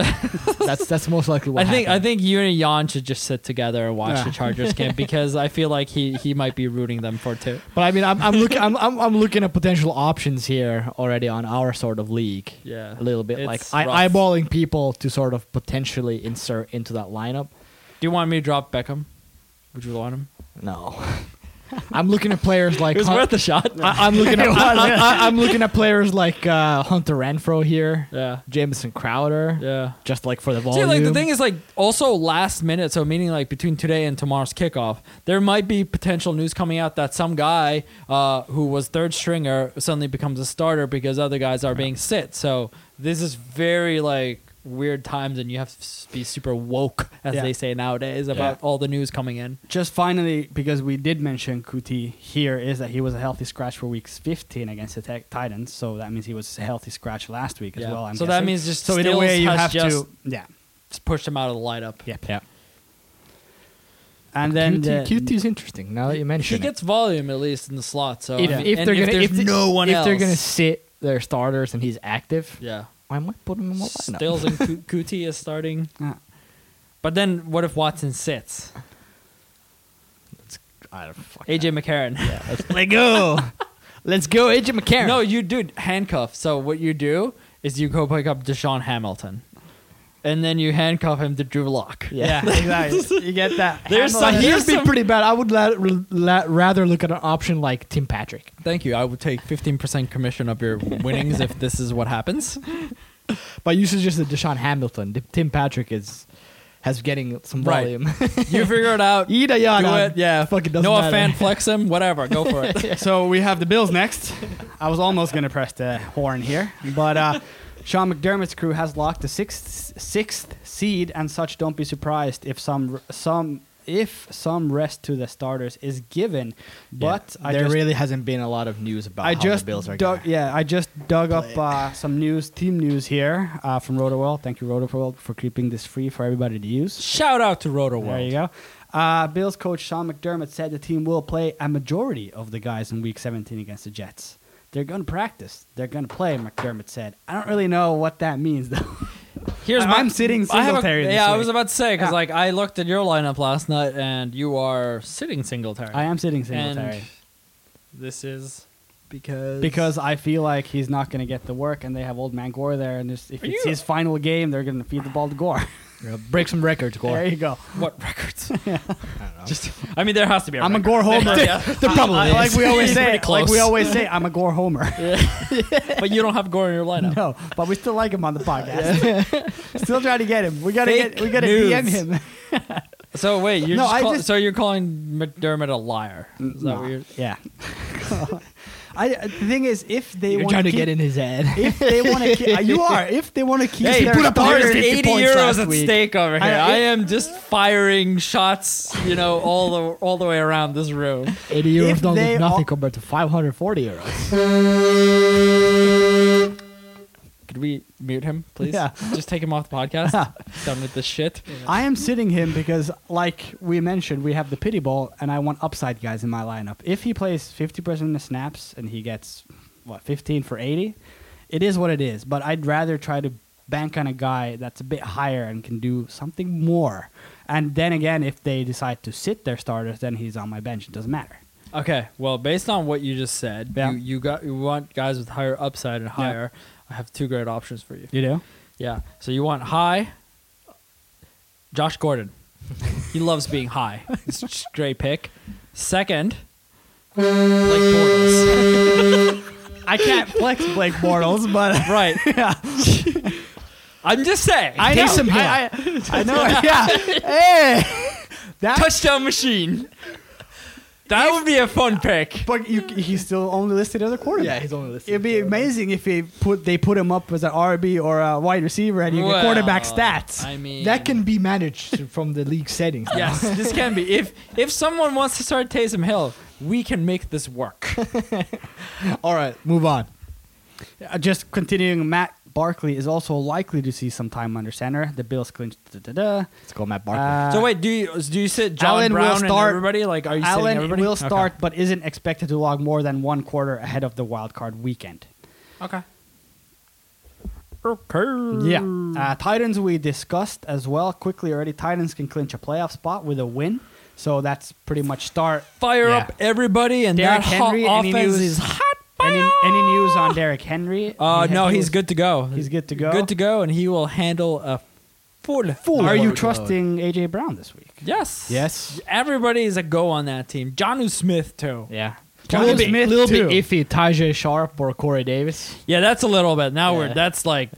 that's that's most likely I what think I happened. think you and Jan should just sit together and watch Yeah. the Chargers game because I feel like he he might be rooting them for too. But I mean, I'm I'm looking I'm, I'm I'm looking at potential options here already on our sort of league. Yeah, a little bit like It's I, rough. eyeballing people to sort of potentially insert into that lineup. Do you want me to drop Beckham? Would you want him? No, I'm looking at players like Hun- a shot. I, am looking at I, am looking at players like uh, Hunter Renfro here, Yeah, Jameson Crowder, yeah. just like for the See, volume. like the thing is, like also last minute. So meaning like between today and tomorrow's kickoff, there might be potential news coming out that some guy uh, who was third stringer suddenly becomes a starter because other guys are being sit. So this is very like weird times, and you have to s- be super woke, as Yeah. they say nowadays, about all the news coming in. just finally, because we did mention Kuti here, is that he was a healthy scratch for weeks 15 against the Tec- Titans. So that means he was a healthy scratch last week as Yeah. well. I'm so that guessing. means just so in a way you have just to yeah to push him out of the lineup. yeah. yeah, And then QT, the- QT is interesting. Now that you mention He gets volume at least in the slot. So it, if, and- if and they're gonna there's if, they- no one if else, they're gonna sit their starters and he's active, yeah, I might put him in my lineup. Stills and Ku- Kuti is starting. Yeah. But then what if Watson sits? I don't fuck AJ McCarron. that. Yeah, let's, let go. Let's go, AJ McCarron. No, you do handcuff. So what you do is you go pick up Deshaun Hamilton, and then you handcuff him to Drew Lock. yeah, exactly. You get that. There's handle- some- But There's he's been pretty bad. I would la- la- rather look at an option like Tim Patrick. Thank you. I would take 15% commission of your winnings if this is what happens. But you suggested Deshaun Hamilton. Di- Tim Patrick is has getting some Right. volume. You figure it out. Ida do Yana. it. Yeah. Fucking doesn't Noah matter. fan flex him. Whatever. Go for it. so we have the Bills next. I was almost going to press the horn here, but uh, Sean McDermott's crew has locked the sixth sixth seed, and such don't be surprised if some some if some rest to the starters is given. But I there just really hasn't been a lot of news about I how just the Bills are dug, gonna- yeah, I just dug up uh, some news, team news here uh, from Rotoworld. Thank you, Rotoworld, for keeping this free for everybody to use. Shout out to Roto World. There you go. Uh, Bills coach Sean McDermott said the team will play a majority of the guys in Week 17 against the Jets. They're going to practice. They're going to play. McDermott said. I don't really know what that means though. Here's I'm my, sitting I have a- Singletary this yeah, I week. was about to say because Yeah. like I looked at your lineup last night and you are sitting Singletary. I am sitting Singletary And this is because because I feel like he's not going to get the work, and they have old man Gore there, and just, if Are it's you- his final game, they're going to feed the ball to Gore. Yeah, break some records, Gore. there you go. what records? I don't know. Just I mean there has to be. A I'm a record. Gore homer. Yeah. the problem I- is, like we always He's say, pretty like close. we always say, I'm a Gore homer. but you don't have Gore in your lineup. No, but we still like him on the podcast. Still trying to get him. We gotta Fake get. We gotta news. DM him. So wait, you're No, just I call- just- so you're calling McDermott a liar? Is that Nah, what you're- yeah. I, uh, the thing is, if they You're want trying to keep, get in his head. if they want to, keep, uh, you are. If they want to keep, Hey, their put up starters- 180 points last euros at week. stake over here. I- I, am just firing shots, you know, all the all the way around this room. 80 If euros don't they look nothing all- compared to 540 euros. Could we mute him, please? Yeah. Just take him off the podcast. Done with this shit. I am sitting him because, like we mentioned, we have the pity ball, and I want upside guys in my lineup. If he plays 50% of snaps and he gets, what, 15 for 80, it is what it is. But I'd rather try to bank on a guy that's a bit higher and can do something more. And then again, if they decide to sit their starters, then he's on my bench. It doesn't matter. Okay. Well, based on what you just said, Yeah. you, you got you want guys with higher upside and higher. I have two great options for you. You know? Yeah. So you want high Josh Gordon. he loves being high. It's just a great pick. Second, Blake Bortles. I can't flex Blake Bortles, but right. yeah, I'm just saying. I know. Taysom Hill. I, I, I know. Yeah. Hey. That touchdown machine. That would be a fun pick. But you, he's still only listed as a quarterback. Yeah, he's only listed It'd as be a quarterback. amazing if he put they put him up as an RB or a wide receiver and you get Well, quarterback stats. I mean, That can be managed from the league settings. now. Yes, this can be. If if someone wants to start Taysom Hill, we can make this work. All right, move on. Uh, Just continuing, Matt Barkley is also likely to see some time under center. The Bills clinched. Da, da, da. Let's go, Matt Barkley. Uh, so wait, do you do you sit John Allen will Brown start- and everybody? Like, are you sitting Allen everybody? will start, but isn't expected to log more than one quarter ahead of the wild card weekend. Okay. Okay. Yeah. Uh, Titans we discussed as well quickly already. Titans can clinch a playoff spot with a win, so that's pretty much start. Fire Yeah. up everybody, and Derrick that hot Henry, any offense news? is hot. Any, any news on Derrick Henry? Uh, He- no, he he's was- good to go. he's good to go. Good to go, and he will handle a full Full Are you load. trusting AJ Brown this week? Yes. Yes. Everybody is a go on that team. Johnu Smith too. Yeah, John little bit, Smith little too. bit iffy. Tajay Sharp or Corey Davis. that's a little bit. Now Yeah. we're that's like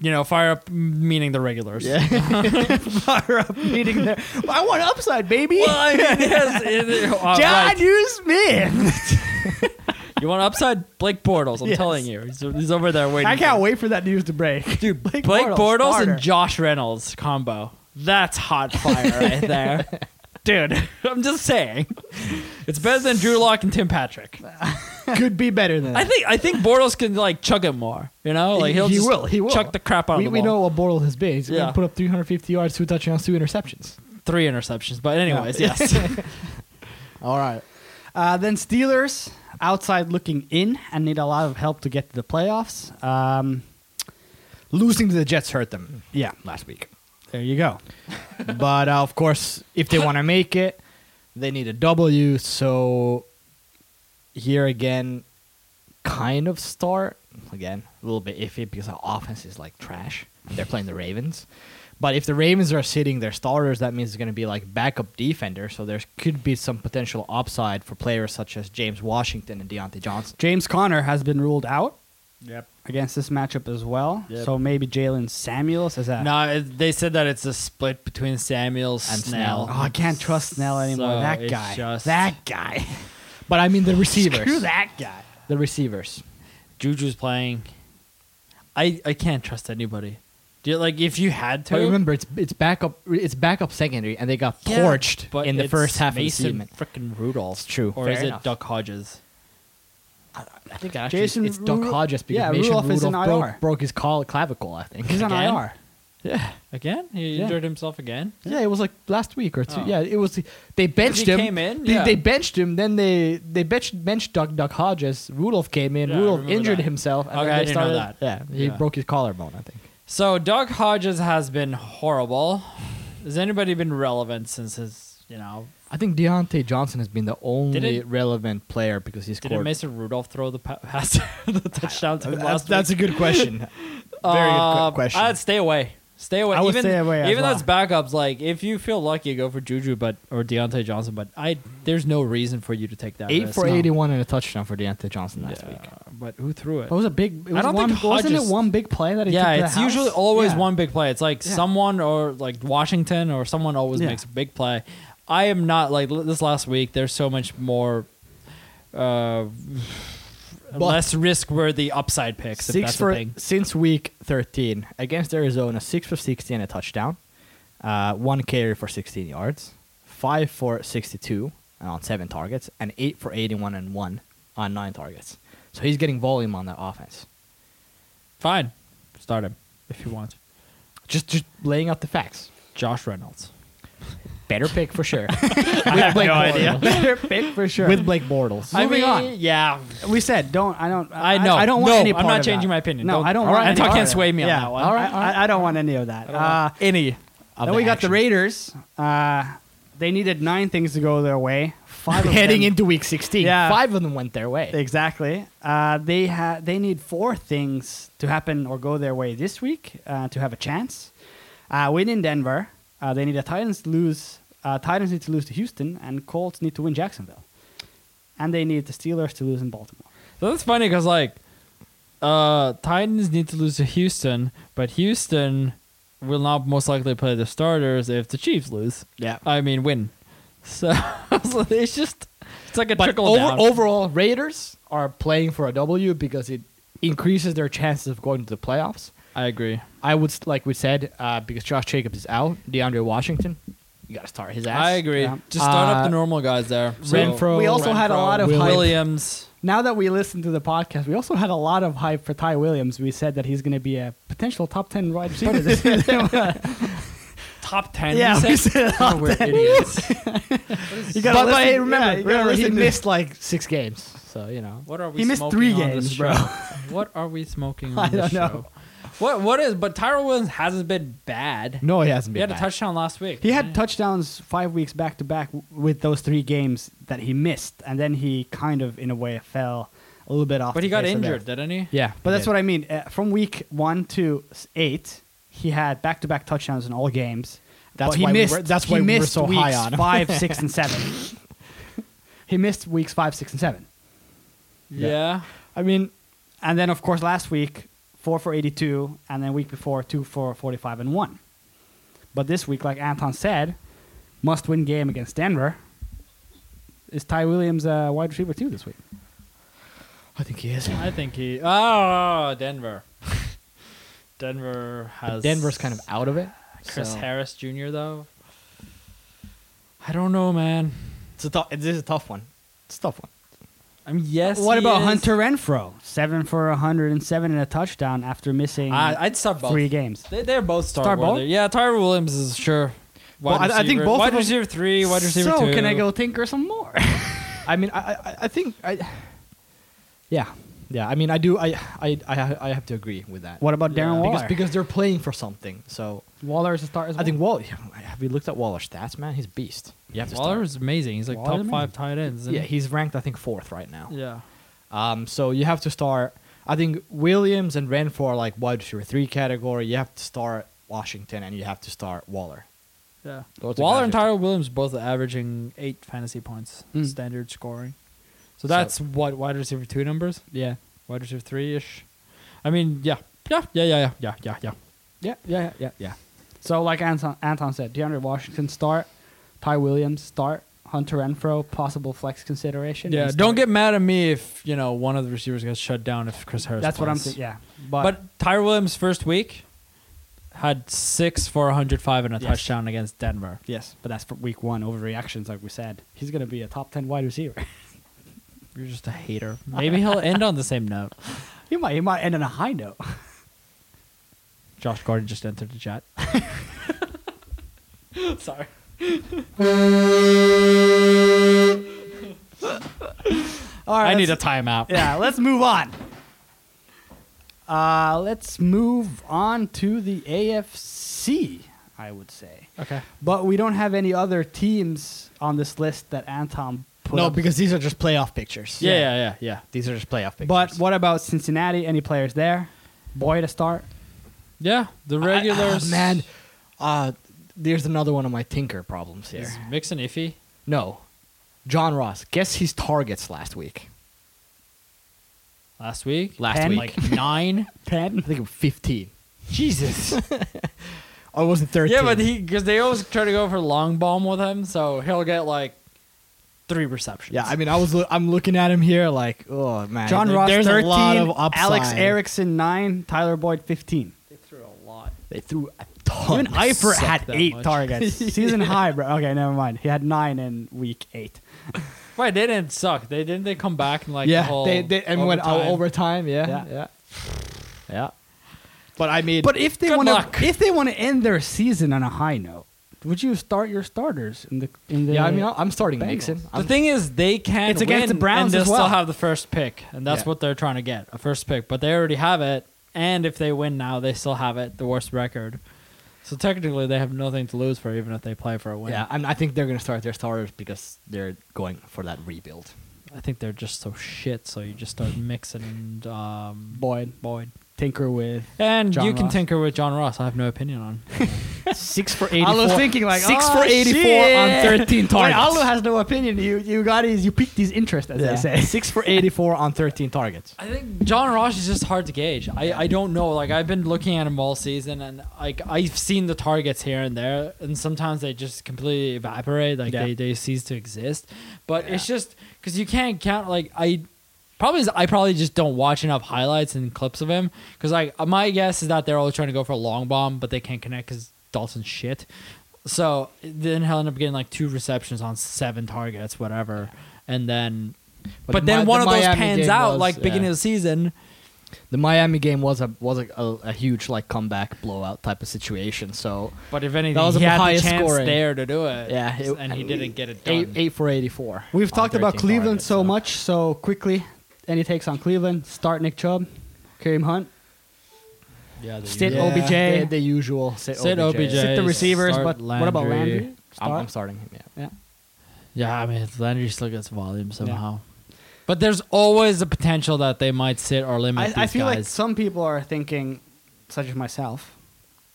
you know fire up m- meaning the regulars. Fire up meeting there. I want upside, baby. Well, I mean, yes, it- it- all John right. U. Smith. you want upside Blake Bortles? I'm Yes. telling you, he's, he's over there waiting. I for can't you. wait for that news to break. dude. Blake, Bortles, Bortles, starter. and Josh Reynolds combo. That's hot fire right there, dude. I'm just saying, it's better than Drew Lock and Tim Patrick. Could be better than I that. think I think Bortles can like chug it more. You know, like he'll He just will, he will. chuck the crap out we, of we the ball. know what Bortles has been. He's Yeah. gonna put up 350 yards, two touchdowns, two interceptions. three interceptions. But anyways, yes. All right. Uh, then Steelers outside looking in and need a lot of help to get to the playoffs. Um, Losing to the Jets hurt them yeah, last week. there you go. but uh, of course, if they want to make it, they need a W. So here again, kind of start again a little bit iffy because our offense is like trash. They're playing the Ravens, but if the Ravens are sitting their starters, that means it's going to be like backup defender. So there could be some potential upside for players such as James Washington and Deontay Johnson. James Conner has been ruled out yep. against this matchup as well. Yep. So maybe Jalen Samuels is that. No, it, they said that it's a split between Samuels Uh, And and Snell. Snell. Oh, I can't trust Snell anymore. So that it's guy. just- That guy. But I mean the receivers, Screw that guy. the receivers. Juju's playing. I I can't trust anybody. Do you, like if you had to But remember, it's it's backup it's backup secondary, and they got Yeah, torched but in the it's first half Mason of the season. Freaking Rudolph. It's true. Or Fair is enough. it Duck Hodges? I think actually Jason it's Duck Ru- Hodges because yeah, Mason Rudolph Rudolph, is in IR. broke, broke his col- clavicle. I think He's on Again? IR. Yeah, Again? He Yeah. injured himself again. yeah, it was like last week or two. Oh. Yeah, it was. They benched he him. came in, They, yeah. they benched him. Then they they benched benched Duck Duck Hodges. Rudolph came in. Yeah, I Rudolph remember injured that. himself. And Okay, then I they didn't know started- Yeah, he Yeah. broke his collarbone. I think. So Doug Hodges has been horrible. Has anybody been relevant since his you know I think Deontay Johnson has been the only it- relevant player because he's didn't scored. Mason Rudolph throw the pa- pass the touchdown to him that's, last that's a week? good question. Very good Uh, qu- question. I'd stay away. Stay away. I would even stay away as even well. those backups, like if you feel lucky, go for Juju, but or Deontay Johnson. But I, there's no reason for you to take that. Eight risk. for No. eighty-one and a touchdown for Deontay Johnson last Yeah, week. But who threw it? It was a big. It was I don't one, think wasn't it Hodges- one big play that he yeah, took to the it's house? usually always Yeah. one big play. It's like Yeah. someone or like Washington or someone always Yeah. makes a big play. I am not like l- this last week. There's so much more uh, But- less risk worthy upside picks. If six that's for a thing. since week 13 against Arizona, six for 60 and a touchdown, uh, one carry for 16 yards, five for 62 and on seven targets, and eight for 81 and one on nine targets. So he's getting volume on that offense. Fine, start him if you want. Just just laying out the facts. Josh Reynolds. Better pick for sure. I have no idea. Better pick for sure. With Blake Bortles. I Moving mean, on. yeah, We said don't. I don't. I know. I, don't want No, any I'm part not of changing that. my opinion. No, Don't- I don't all want. any right. Antoine part can't of sway that. me on Yeah, that one. All All right. right, all right. I, I don't want any of that. Uh, any. then we got the Raiders. Uh, they needed nine things to go their way. Five of Heading them- into week 16, Yeah. five of them went their way. Exactly. Uh, they ha- they need four things to happen or go their way this week uh, to have a chance. Uh, win in Denver. Uh, they need the Titans to lose. Uh, Titans need to lose to Houston, and Colts need to win Jacksonville. And they need the Steelers to lose in Baltimore. So that's funny because like, uh, Titans need to lose to Houston, but Houston will not most likely play the starters if the Chiefs lose. yeah. I mean, win. So, so it's just it's like a But trickle over, down. overall, Raiders are playing for a W because it increases their chances of going to the playoffs. I agree. I would, s- like we said, uh, because Josh Jacobs is out, DeAndre Washington, you got to start his ass. I agree. Yeah. Just start Uh, up the normal guys there. So- Renfro- we also had a Renfro, lot of hype. Williams. Now that we listened to the podcast, we also had a lot of hype for Ty Williams. We said that he's going to be a potential top ten wide receiver this season. Top ten. Yeah, you we said? said Oh, we're idiots. you But, gotta but listen- hey, yeah, remember, you gotta remember he listen to- missed like six games. So, you know. What are we? He missed smoking three on this games, bro. show? What are we smoking? On I this don't know. show? What what is? But Tyrell Williams hasn't been bad. No, he hasn't he been. had a bad. touchdown last week. He had touchdowns five weeks back to back w- with those three games that he missed, and then he kind of, in a way, fell a little bit off. but the he got face of the injured, earth. didn't he? Yeah. But that's what I mean. Uh, from week one to s- eight, he had back to back touchdowns in all games. That's but he why we missed. were- that's he why we were missed so weeks high on him. five, six, and seven. he missed weeks five, six, and seven, Yeah. I mean, and then of course last week four for eighty-two, and then week before two for forty-five and one. But this week, like Anton said, must-win game against Denver. Is Ty Williams a wide receiver too this week? I think he is. I think he. Oh, Denver. Denver has Denver's kind of out of it. Chris so. Harris Jr. though. I don't know, man. It's a tough, this is a tough one. It's a tough one. I mean, yes. what he about is. Hunter Renfro? Seven for hundred and seven and a touchdown after missing I, I'd start both. three games. They, they're both star, Start both? worthy. Yeah, Tyra Williams is sure. Well, Wide I- I think receiver- both wide of them- receiver three, wide receiver so two. can I go tinker some more? I mean, I, I, I think I. Yeah, yeah. I mean, I do. I, I, I, I have to agree with that. what about Darren Yeah. Waller? Because because they're playing for something. So Waller is a star as well. I think Waller. Have you looked at Waller's stats, man? He's a beast. You have to Waller start. is amazing. He's like Waller top is five tight ends. isn't Yeah, he? he's ranked I think fourth right now. yeah. Um, so you have to start. I think Williams and Renfro are like wide receiver three category. You have to start Washington and you have to start Waller. Yeah. Those are Waller and guys Tyra Williams both are averaging eight fantasy points, Mm. standard scoring. So So- that's what wide receiver two numbers, yeah. wide receiver three ish. I mean, yeah, yeah, yeah, yeah, yeah, yeah, yeah, yeah. yeah, yeah, yeah, Yeah. So like Anton, Anton said, DeAndre Washington start, Ty Williams start, Hunter Renfro possible flex consideration. Yeah, and don't start. get mad at me if you know one of the receivers gets shut down if Chris Harris. That's what I'm plays. saying. Yeah, but, But Tyra Williams first week had six for 105 and a Yes. touchdown against Denver. yes, but that's for week one overreactions, like we said. He's gonna be a top ten wide receiver. You're just a hater. Maybe he'll end on the same note. he might he might end on a high note. Josh Gordon just entered the chat. Sorry. All right, I need a let's- timeout. yeah. Let's move on. Uh, let's move on to the AFC. I would say, Okay. but we don't have any other teams on this list that Anton put. No, up. because these are just playoff pictures. Yeah, yeah, yeah, yeah. These are just playoff pictures. But what about Cincinnati? Any players there? Boy to start. Yeah, the regulars. I, ah, man, uh, there's another one of my tinker problems here. Is Mixon iffy? No, John Ross. Guess his targets last week. Last week? Last Ten? week, Like nine? I Ten. think it was 15. Jesus. Or was it 13? yeah, but he, because they always try to go for long bomb with him, so he'll get like three receptions. Yeah, I mean, I was lo- I'm looking at him here like, oh man, John there- Ross, there's a lot of upside. Alex Erickson nine, Tyler Boyd fifteen. they threw a lot. they threw a ton. Even Eifert suck had that eight much. targets. Season high, bro. Okay, never mind. He had nine in week eight. Right, they didn't suck. They didn't. They come back and like the yeah, whole they, they and uh, went out overtime. overtime. Yeah, Yeah. yeah, yeah. But I mean, But if they Good want luck. to, if they want to end their season on a high note, would you start your starters in the? In the yeah, I mean, I- I'm starting Bengals. Nixon. The I'm, thing is, they can. It's against win the Browns and they'll as well. still have the first pick, and that's Yeah. what they're trying to get a first pick. But they already have it, and if they win now, they still have it, the worst record. So technically, they have nothing to lose for even if they play for a win. yeah, I'm, I think they're gonna start their starters because they're going for that rebuild. I think they're just so shit. So you just start mixing and um, Boyd, Boyd, tinker with and John you can Ross. tinker with John Ross. I have no opinion on. six for eighty. was thinking, like, six oh, for eighty-four on shit. thirteen Wait, targets. Alu has no opinion. You you got his you piqued his interest, as Yeah. six for 84 on 13 targets. I think John Ross is just hard to gauge. I, I don't know. Like I've been looking at him all season, and like I've seen the targets here and there, and sometimes they just completely evaporate. Like Yeah. they, they cease to exist. But it's just because you can't count. Like I probably is- I probably just don't watch enough highlights and clips of him because like my guess is that they're all trying to go for a long bomb, but they can't connect because Dalton's shit. So then he'll end up getting like two receptions on seven targets, whatever, and then. But, But the then Mi- one the of those Miami pans game out, was- like beginning yeah. of the season, The Miami game was a was a, a, a huge like comeback blowout type of situation. So But if anything, That was he the had the highest chance scoring. there to do it. yeah, it- and he didn't get it done. Eight, eight for 84. We've on talked about 13 Cleveland targets, so much, so quickly. Any takes on Cleveland? Start Nick Chubb, Kareem Hunt, Yeah, the Sit Yeah, OBJ. the, the usual. Sit, Sit OBJ. OBJ. sit the Jay, receivers. start But what about Landry. Landry? I'm, I'm Start? starting him. Yeah. yeah, I mean Landry still gets volume somehow. But there's always the potential that they might sit or limit these I, I feel like guys. some people are thinking, such as myself,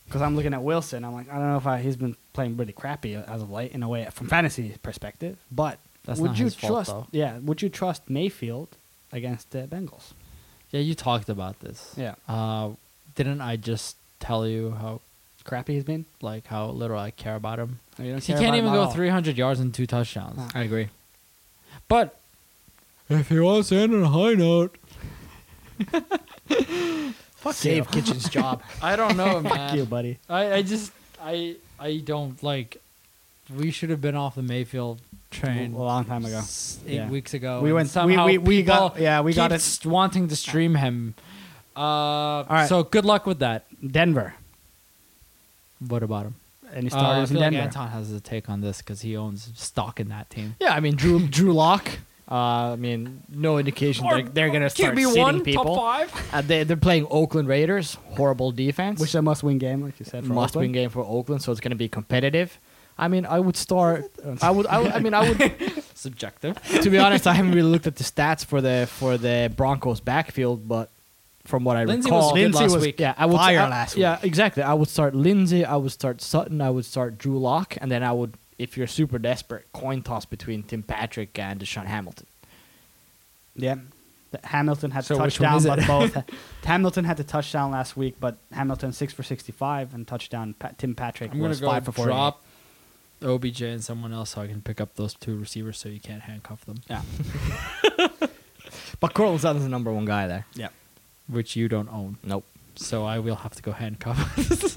because I'm looking at Wilson. I'm like, I don't know if I, he's been playing really crappy as of late in a way from fantasy perspective. But That's would not you his fault, trust? though. yeah, would you trust Mayfield against the Bengals? yeah, you talked about this. Yeah, Uh, didn't I just tell you how crappy he's been. like how little I care about him? No, you don't 'Cause He care can't about him even at go all. 300 yards and two touchdowns. No. I agree. But if he wants to end on a high note, Save Kitchen's job. I don't know, man. Fuck you, buddy. I, I just I I don't like. We should have been off the Mayfield A train long time ago. s- eight Yeah. weeks ago. We and went- we- somehow we- we people got- yeah, we got it. keep s- wanting to stream him. Uh, right. So good luck with that. Denver. What about him? Any Uh, I starters feel in like Denver? Anton has a take on this because he owns stock in that team. yeah, I mean, Drew Drew Lock. Uh, I mean, no indication they're, they're going to start QB sitting one, people. top five. Uh, they, they're playing Oakland Raiders. Horrible defense. Which is a must-win game, like you said. For must win Oakland. game for Oakland, so it's going to be competitive. I mean, I would start. uh, I would. I, would, I mean, I would. Subjective. to be honest, I haven't really looked at the stats for the for the Broncos backfield, but from what I Lindsey was recall, good Lindsey last was- week. yeah, I would fire I- last Yeah, week. exactly. I would start Lindsey. I would start Sutton. I would start Drew Lock, and then I would, if you're super desperate, coin toss between Tim Patrick and Deshaun Hamilton. Yeah. The- Hamilton had So the which one touchdown, is but it? both. Hamilton had the touchdown last week, but Hamilton six for sixty-five and touchdown. Pa- Tim Patrick I'm gonna was go five for forty. drop OBJ and someone else so I can pick up those two receivers so you can't handcuff them, Yeah, But Cortland Sutton's the number one guy there. yeah. which you don't own. Nope. So I will have to go handcuff.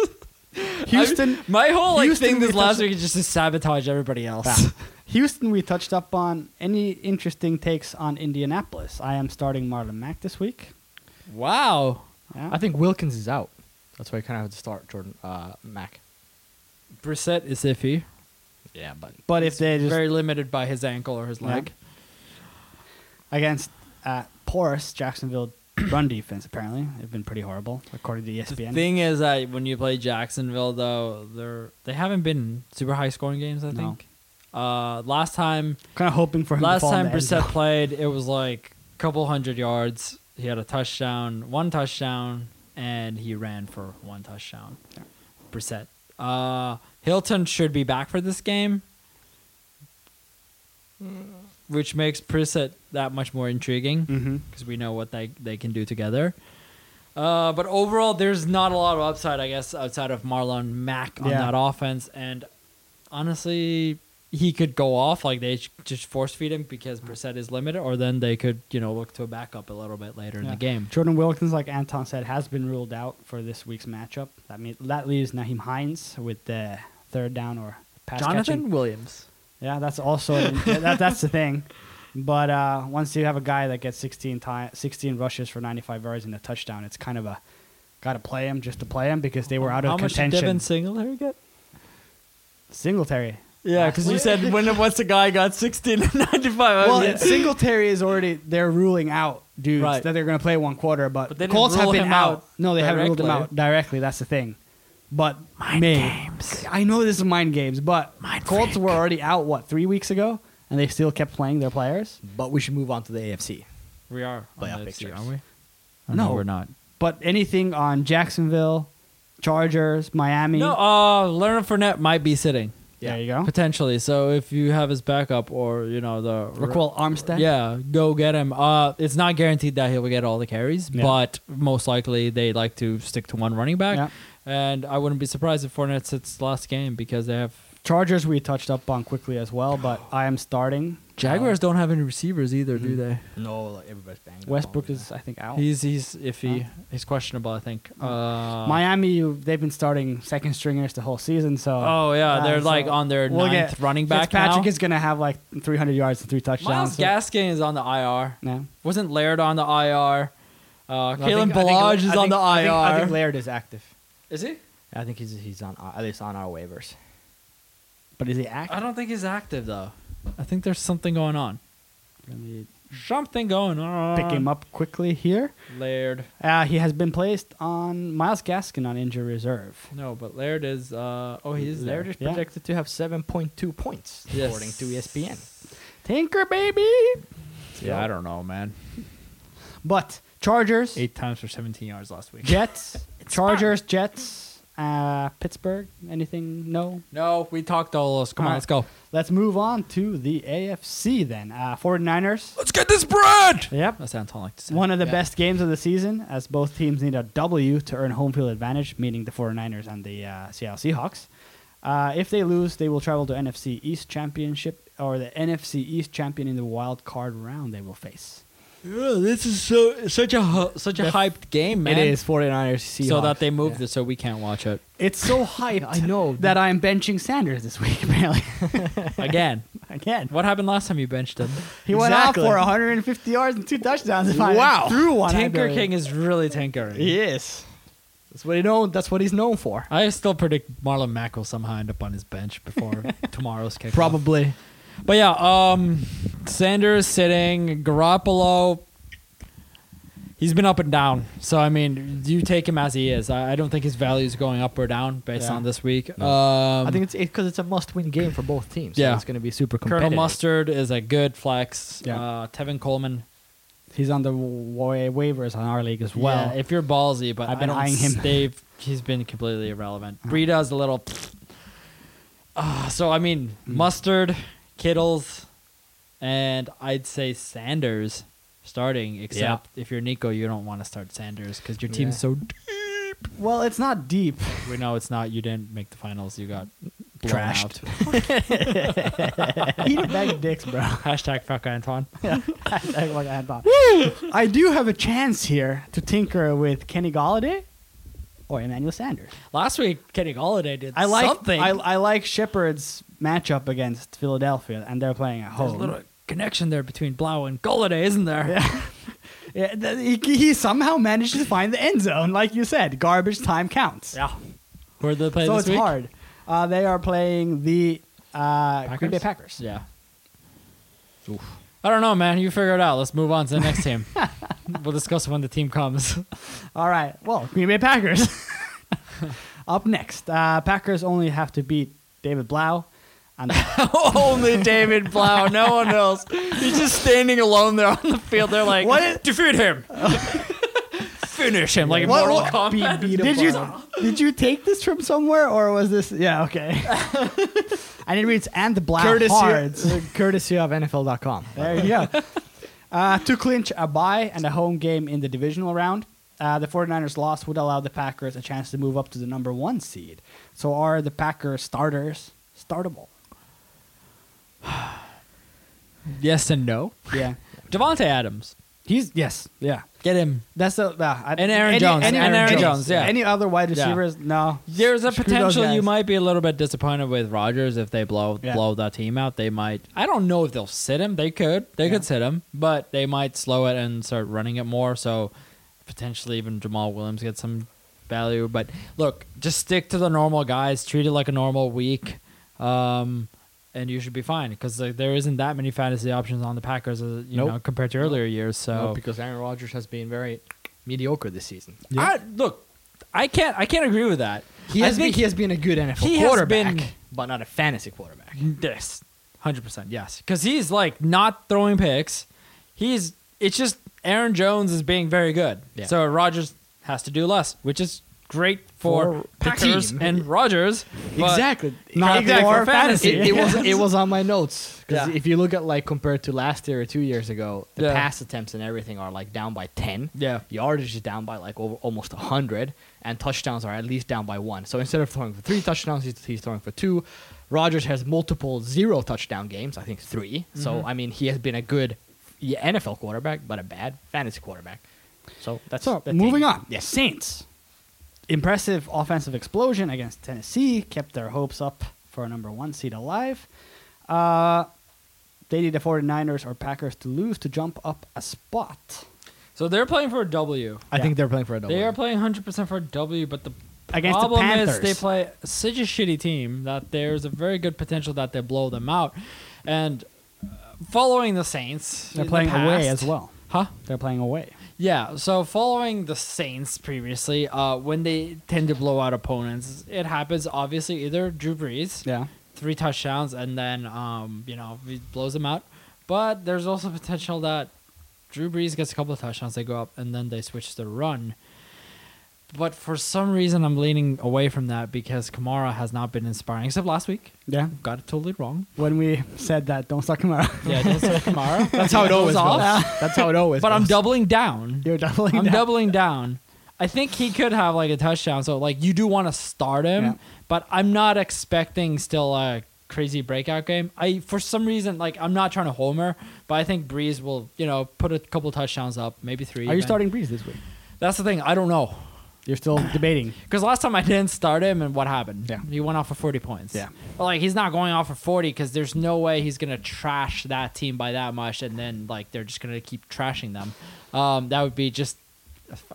Houston, I- my whole like Houston, thing this we touched- last week is just to sabotage everybody else. Houston. We touched up on any interesting takes on Indianapolis. I am starting Marlon Mack this week. wow. Yeah. I think Wilkins is out. That's why you kind of have to start Jordan uh, Mack. Brissett is iffy. Yeah, but but if they just Very limited by his ankle or his Yeah. leg. against uh, porous Jacksonville run defense, apparently they've been pretty horrible according to E ESPN. Thing is that when you play Jacksonville though, they're they haven't been super high scoring games, I No. think. Uh last time kind of hoping for him to Last fall in time the end Brissett zone. played, it was like a couple hundred yards. He had a touchdown, one touchdown, and he ran for one touchdown. Yeah. Brissett. Uh, Hilton should be back for this game, which makes Brissett that much more intriguing Mhm. because we know what they, they can do together. Uh, but overall, there's not a lot of upside, I guess, outside of Marlon Mack on Yeah. that offense. And honestly, he could go off like they sh- just force feed him because Brissett is limited, or then they could you know look to a backup a little bit later in Yeah. the game. Jordan Wilkins, like Anton said, has been ruled out for this week's matchup. That means that leaves Naheem Hines with the third down or pass Jonathan catching. Williams. Yeah, that's also yeah, that, that's the thing. But uh, once you have a guy that gets 16 ti 16 rushes for 95 yards and a touchdown, it's kind of a got to play him just to play him because they were out of How much did contention. Devin Singletary get? Singletary. Yeah, because you said when once a guy got sixteen and ninety five. Well, Singletary is already they're ruling out dudes Right. that they're going to play one quarter, but, But they the didn't Colts have rule been him out. out No, they haven't ruled him directly. out directly. That's the thing. But May- I know this is mind games, but Mind Colts freak. were already out what three weeks ago, and they still kept playing their players. But we should move on to the AFC. we are Playoff on the pictures. AFC, aren't we? Oh, No. we're not. But anything on Jacksonville, Chargers, Miami, No, uh, Leonard Fournette might be sitting there you go. potentially. So if you have his backup or you know the Raquel Armstead. Yeah, go get him. Uh, it's not guaranteed that he'll get all the carries, Yeah. but most likely they like to stick to one running back. Yeah. And I wouldn't be surprised if Fournette sits last game because they have Chargers we touched up on quickly as well, but I am starting. Jaguars don't have any receivers either, do they? No, like, everybody's banged. up Um, Westbrook on is I think out. Mm-hmm. Oh. He's he's iffy. He's questionable, I think. Uh, Miami, you- they've been starting second stringers the whole season, so Oh yeah, Uh, they're so like on their we'll ninth get- running back Fitzpatrick now. is gonna have like 300 yards and three touchdowns. Miles so- Gaskin is on the IR. Yeah. Wasn't Laird on the IR? Uh, I Kalen think- I think- Balaj is I on think- the IR. I think, I think Laird is active. is he? I think he's he's on our- at least on our waivers. But is he active? I don't think he's active though. I think there's something going on. Let me Something going on. pick him up quickly here. Laird. Uh, he has been placed on Miles Gaskin on injury reserve. No, but Laird is. Uh, oh, he is E there. Laird is Yeah. projected to have 7.2 points Yes. according to E ESPN. Tinker baby. Yeah, I don't know, man. But Chargers, Eight times for 17 yards last week. Jets, Chargers, Jets, uh, Pittsburgh. Anything? No. No, we talked all those. Come All on, right. let's go. Let's move on to the AFC then. Uh, 49ers. Let's get this bread. Yep. That's Anton like to say. One of the Yeah. best games of the season, as both teams need a W to earn home field advantage, meaning the 49ers and the uh, Seattle Seahawks. Uh, if they lose, they will travel to NFC East Championship or the NFC East champion in the wild card round they will face. Yeah, this is so such a hu- such a hyped game, man. It is 49ers Seahawks. So that they moved Yeah. it, so we can't watch it It's so hyped. I know. that I'm benching Sanders this week. Apparently, again. again, what happened last time you benched him? he went off Exactly. for 150 yards and two touchdowns. If Wow. I threw one. I Tinker believe. King is really tinkering. He is. That's what he know. That's what he's known for. I still predict Marlon Mack will somehow end up on his bench before tomorrow's kickoff. Probably. But yeah, um, Sanders sitting, Garoppolo. He's been up and down. So I mean, you take him as he is. I, I don't think his value is going up or down based Yeah. on this week. Um, I think it's because it's a must-win game for both teams. Yeah. so it's going to be super Colonel competitive. Mustard is a good flex. Yeah. Uh, Tevin Coleman. He's on the wa- waivers on our league as well. yeah, if you're ballsy, but I've I've been been I eyeing don't him. Uh-huh. Dave, he's been completely irrelevant. Breeda's a little. Ah, so I mean, Mm. Mustard, Kittles, and I'd say Sanders starting. Except if you're Nico, you don't want to start Sanders because your team's Yeah. so. d- well, it's not deep. We know it's not. You didn't make the finals. You got blown Trashed. Out. Eat a bag of dicks, bro. Hashtag fuck Antoine. Hashtag like I thought. I do have a chance here to tinker with Kenny Galladay or Emmanuel Sanders. Last week, Kenny Galladay did I like something. I, I like Shepard's matchup against Philadelphia, and they're playing at There's a home. little connection there between Blau and Galladay, isn't there? Yeah, th- he, he somehow managed to find the end zone, like you said. Garbage time counts. Yeah. Where did they play so this it's week? hard. Uh, they are playing the uh, Green Bay Packers. Yeah. I don't know, man. You figure it out. Let's move on to the next team. we'll discuss when the team comes. All right. Well, Green Bay Packers. Up next, uh, Packers only have to beat David Blau. And Only David Blau. No one else. He's just standing alone there on the field. They're like, What? defeat him. Finish him. Like in What- Mortal what- Kombat. did you did you take this from somewhere or was this? Yeah. Okay. I didn't read it's and the Ah, Blau Hards. uh, courtesy of NFL.com. There you go. Uh, to clinch a bye and a home game in the divisional round, uh, the 49ers loss would allow the Packers a chance to move up to the number one seed. So are the Packers starters startable? yes and no. Yeah, Devonte Adams, he's yes, yeah. get him. That's the nah, I- And Aaron Jones, and Aaron Jones, yeah. Any other wide Yeah. receivers? No. There's a Screw those potential you guys. might be a little bit disappointed with Rodgers if they blow Yeah. blow that team out. They might. I don't know if they'll sit him. They could. They could sit him, but they might slow it and start running it more. So potentially even Jamal Williams gets some value. But look, just stick to the normal guys. Treat it like a normal week, um, and you should be fine because there isn't that many fantasy options on the Packers, uh, you Nope. know, compared to earlier years. So No, because Aaron Rodgers has been very mediocre this season. I, look, I can't. I can't agree with that. He I has, been, think- he has been a good NFL he has quarterback, been- but not a fantasy quarterback. Yes, hundred percent. Yes, because he's like not throwing picks. He's it's just Aaron Jones is being very good. Yeah. So Rogers has to do less, which is great for, For the Packers team. and Rogers. but Exactly. Not Exactly. for fantasy. It, it was it was on my notes because Yeah. if you look at like compared to last year or two years ago, the Yeah. pass attempts and everything are like down by ten. Yeah. yardage is down by like over almost hundred, and touchdowns are at least down by one. So instead of throwing for three touchdowns, he's, he's throwing for two. Rogers has multiple zero touchdown games. I think 3 So I mean, he has been a good yeah, NFL quarterback, but a bad fantasy quarterback. So that's So the moving thing. on. Yes. Saints. Impressive offensive explosion against Tennessee kept their hopes up for a number one seed alive. Uh, they need the 49ers or Packers to lose to jump up a spot So they're playing for a W. I think they're playing for a double. They are playing hundred percent for a W, but the against the problem Panthers. is they play such a shitty team that there's a very good potential that they blow them out. And uh, following the Saints, They're in the playing away past- as well. huh? They're playing away. Yeah, so following the Saints previously, uh, when they tend to blow out opponents, it happens obviously either Drew Brees, Yeah. three touchdowns, and then um, you know he blows them out. But there's also potential that Drew Brees gets a couple of touchdowns, they go up, and then they switch to run. But for some reason, I'm leaning away from that because Kamara has not been inspiring, except last week. Yeah. Got it totally wrong. When we said that, don't suck him out. Yeah, don't say Kamara. That's how it always Goes off. goes. That's how it always. But I'm goes. doubling down. You're doubling I'm down. doubling down. I think he could have like a touchdown. So like you do want to start him, Yeah. but I'm not expecting still a crazy breakout game. I for some reason like I'm not trying to homer, but I think Breeze will you know put a couple touchdowns up, maybe three. Are you even. starting Breeze this week? That's the thing. I don't know You're still debating. because last time I didn't start him, and what happened? Yeah. he went off for 40 points. Yeah. but like he's not going off for 40 because there's no way he's gonna trash that team by that much, and then like they're just gonna keep trashing them. Um, that would be just.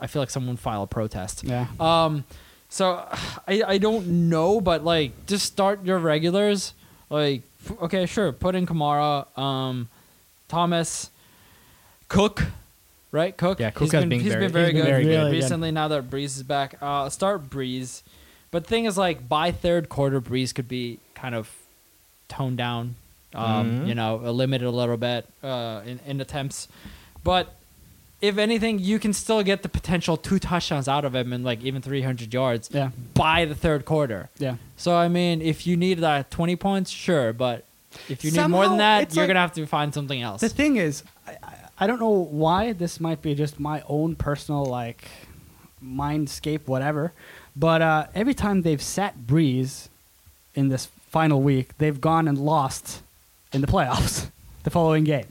I feel like someone file a protest. Yeah. Um, so I I don't know, but like just start your regulars. Like f- okay, sure, put in Kamara, um, Thomas, Cook, right? Cook. Yeah, Cook He's has been, been he's very- been very he's good been very good. Really good. recently. Now that Breeze is back, uh, start Breeze. But thing is, like by third quarter, Breeze could be kind of toned down. Um, Mhm. You know, limited a little bit uh, in, in attempts, but if anything, you can still get the potential two touchdowns out of him and like even 300 yards Yeah. by the third quarter. Yeah. So I mean, if you need that 20 points, sure, but if you need more than Somehow, that, it's you're like- gonna have to find something else. The thing is, I, I, I don't know why this might be just my own personal like mindscape, whatever. But uh, every time they've sat Breeze in this final week, they've gone and lost in the playoffs the following game.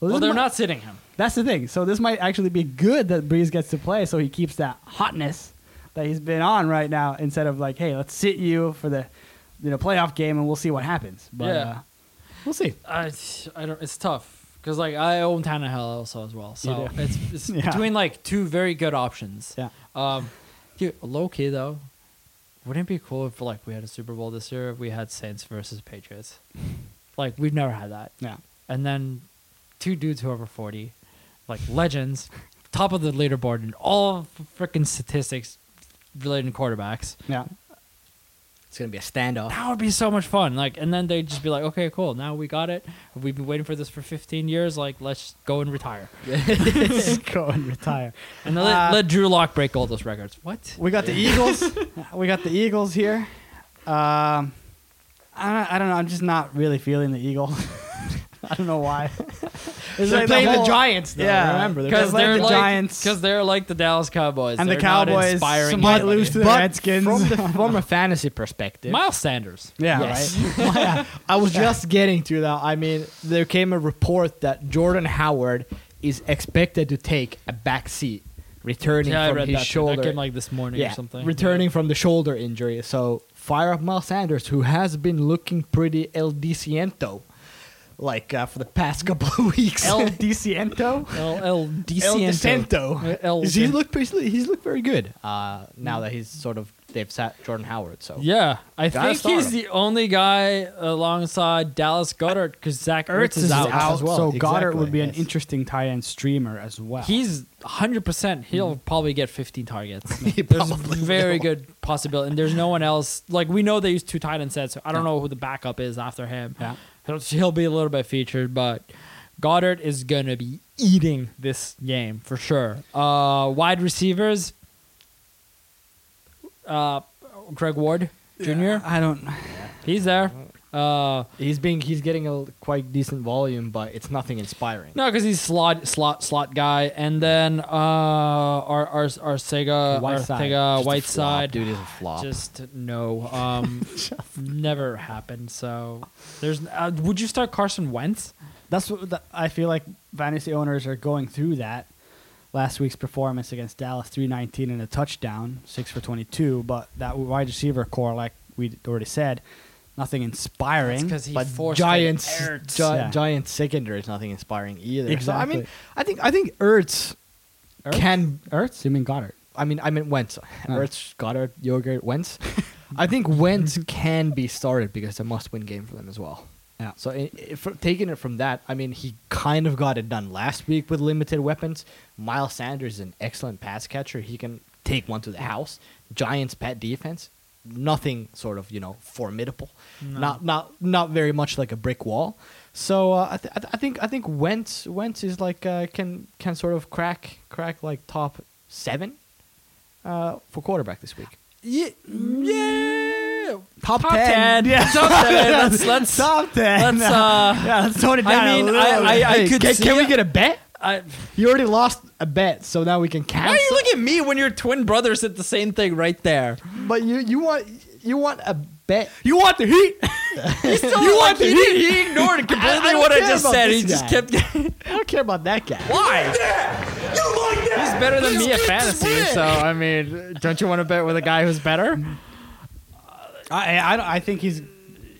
Well, this well, is they're my- not sitting him. That's the thing. So this might actually be good that Breeze gets to play, so he keeps that hotness that he's been on right now instead of like, hey, let's sit you for the you know playoff game and we'll see what happens. But Yeah. uh, we'll see. I, I don't. It's tough because like I own Tannehill also as well. So do. it's, it's Yeah. between like two very good options. Yeah. Um, dude, low key though, wouldn't it be cool if like we had a Super Bowl this year? If we had Saints versus Patriots, like we've never had that. Yeah. And then two dudes who are over forty, like legends, top of the leaderboard in all freaking statistics related to quarterbacks. Yeah. It's gonna be a standoff. That would be so much fun. Like, and then they'd just be like, "Okay, cool. Now we got it. We've been waiting for this for 15 years. Like, let's go and retire." go and retire. And then let, let Drew Lock break all those records. What? We got the Eagles. we got the Eagles here. Um, I don't, I don't know. I'm just not really feeling the Eagles. I don't know why. It's They're like playing the whole- Giants, though, Yeah, remember, they're because playing they're the like, Giants. because they're like the Dallas Cowboys And the They're not Cowboys inspiring might anybody. lose to the But Redskins. From, the, from a fantasy perspective, Miles Sanders. yeah, Yes. right. Yeah, I was just getting to that. I mean, there came a report that Jordan Howard is expected to take a back seat, returning Yeah, I from read his that. too. shoulder. That came like this morning yeah, or something. returning from the shoulder injury. So fire up Miles Sanders, who has been looking pretty El Diciento, like uh, for the past couple of weeks. El Diciento. El El El Diciento. Diciento. El He's looked pretty, he's looked very good uh, now that he's sort of they've sat Jordan Howard. So Yeah, I Gotta think start he's him. the only guy alongside Dallas Goddard because Zach Ertz, is out. as well. so Goddard Exactly, would be an yes. interesting tight end streamer as well. He's 100%. He'll probably get 15 targets. He there's probably very will. good possibility. And there's no one else. Like, we know they use two tight end sets, so I don't know who the backup is after him. yeah. He'll, he'll be a little bit featured, but Goddard is going to be eating this game for sure. Uh, wide receivers, uh, Greg Ward Jr., I don't. he's there. Uh, He's being he's getting a quite decent volume, but it's nothing inspiring. No, because he's slot slot slot guy, and then uh, our our our Sega our Whiteside. Sega Whiteside dude, is a flop. just no, um, never happened. So there's uh, would you start Carson Wentz? That's what the, I feel like. Fantasy owners are going through that. Last week's performance against Dallas, three nineteen and a touchdown, six for twenty two. But that wide receiver core, like we already said, nothing inspiring. That's 'cause he but forced Giants, an Ertz. Gi- Yeah. Giants secondary is nothing inspiring either. So I mean, Exactly. I think I think Ertz, Ertz? Ah. can. Ertz, you mean Goddard? I mean, I meant Wentz. Ertz, Goddard, Yogurt, Wentz. I think Wentz can be started because it's a must-win game for them as well. Yeah. So i i- for, taking it from that, I mean, he kind of got it done last week with limited weapons. Miles Sanders is an excellent pass catcher. He can take one to the house. Giants' pet defense, nothing sort of you know formidable. Not not not very much like a brick wall. So uh, I, th- I th- I think I think Wentz Wentz is like uh, can can sort of crack crack like top seven uh, for quarterback this week. Yeah, yeah. Top, Yeah, top ten. Let's let's Top ten. let's. Uh, yeah, let's tone it I down. mean, a little I- bit. I- could can, see can we it. get a bet? I, You already lost a bet, so now we can why cancel. are you looking at me when your twin brother said the same thing right there? But you you want you want a bet. you want the heat? you want he, did- he ignored completely I don't what I care just about said. this He just guy. kept. I don't care about that guy. Why? He's better than me at get fantasy, split. so I mean, don't you want to bet with a guy who's better? I, I, don't- I think he's.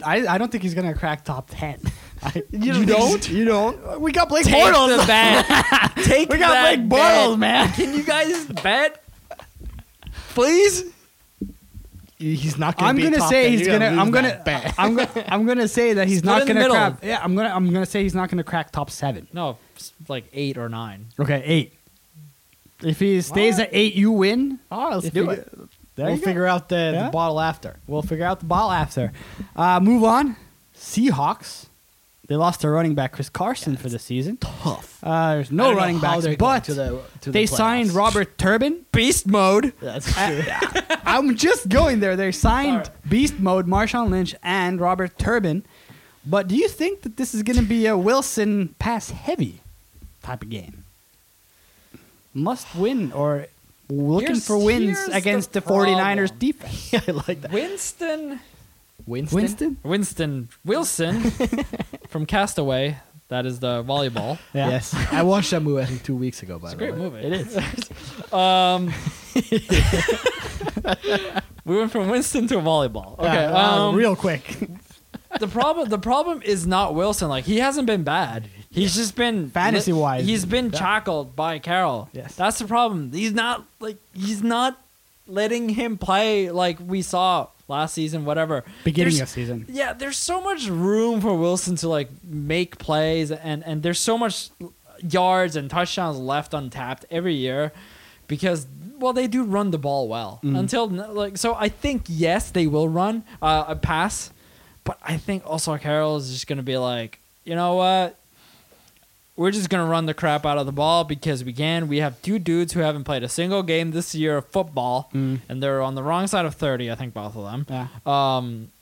I, I don't think he's gonna crack top ten. I, You, don't. You don't. We got Blake Take Bortles. the bet. Take we got Blake that Bortles, bet. man. Can you guys bet, please? He's not. Gonna I'm be gonna top say ten. he's You're gonna. I'm lose gonna. that bet. I'm gonna. I'm gonna say that he's Split not in the gonna middle. crack. Yeah, I'm gonna. I'm gonna say he's not gonna crack top seven. No, like eight or nine. Okay, eight. If he stays What? at eight, you win. Oh, let's If do you- it. There we'll you go. figure out the, Yeah. the bottle after. We'll figure out the ball after. Uh, move on. Seahawks. They lost their running back Chris Carson for the season. Tough. Uh, there's no running backs, but the, to they signed Robert Turbin. Beast mode. That's true. I'm just going there. They signed Sorry. Beast Mode, Marshawn Lynch, and Robert Turbin. But do you think that this is going to be a Wilson pass heavy type of game? Must win or looking Here's- for wins here's against the the, 49ers problem. defense. I like that. Winston. Winston. Winston? Winston Wilson from Castaway. That is the volleyball. Yeah. Yes, I watched that movie I think two weeks ago. By It's a the great way, movie. It is. Um, we went from Winston to volleyball. Okay. Yeah, uh, um, real quick. the problem the problem is not Wilson. Like he hasn't been bad. He's just been Fantasy-wise, He's been yeah. shackled by Carroll. Yes. that's the problem. He's not like he's not letting him play like we saw last season. Whatever Beginning There's- of season. yeah, there's so much room for Wilson to like make plays, and and there's so much yards and touchdowns left untapped every year because well they do run the ball well until like so I think yes they will run uh, a pass, but I think also Carroll is just gonna be like you know what. We're just gonna run the crap out of the ball because we can. We have two dudes who haven't played a single game this year of football, Mm. and they're on the wrong side of thirty. I think both of them. Yeah. Um,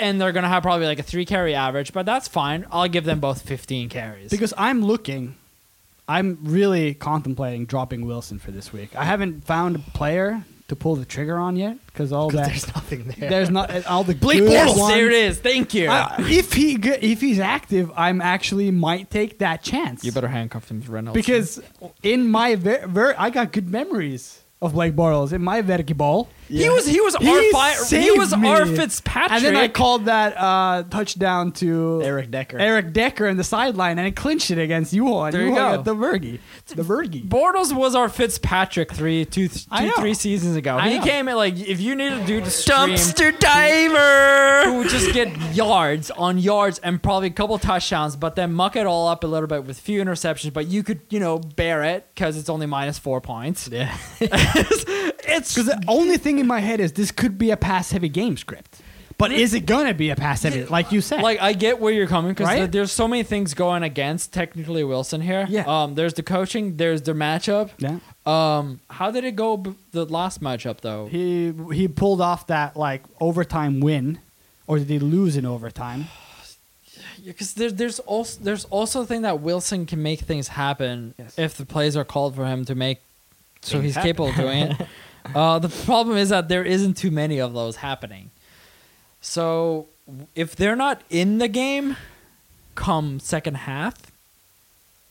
and they're gonna have probably like a three carry average, but that's fine. I'll give them both 15 carries. Because I'm looking, I'm really contemplating dropping Wilson for this week. I haven't found a player to pull the trigger on yet because all that there's nothing there. there's not all the Blake good Bortles, ones- there it is. Thank you. I- if he g- if he's active, I'm actually might take that chance. you better handcuff him to Reynolds because in my ver- ver- I got good memories of Blake Bortles in my Verki ball. he was he was He R fi- he saved was me. R Fitzpatrick. And then I called that uh, touchdown to Eric Decker. Eric Decker in the sideline, and it clinched it against you and There you go. got the Vergi. The Vergi. Bortles was our Fitzpatrick three, two, two, I know. three seasons ago. I he know. came in like if you need a dude to stream, who diver. would just get yards on yards and probably a couple touchdowns, but then muck it all up a little bit with few interceptions. But you could you know bear it because it's only minus four points. Yeah. It's Because the only thing in my head is this could be a pass heavy game script. But is it going to be a pass heavy, like you said? Like I get where you're coming because Right? there's so many things going against technically Wilson here. Yeah. Um. There's the coaching. There's the matchup. yeah. Um. How did it go b- the last matchup though? He he pulled off that like overtime win, or did he lose in overtime? Because there, there's also there's also a thing that Wilson can make things happen Yes. if the plays are called for him to make, so Things he's happen. capable of doing it. Uh, the problem is that there isn't too many of those happening. So if they're not in the game, come second half,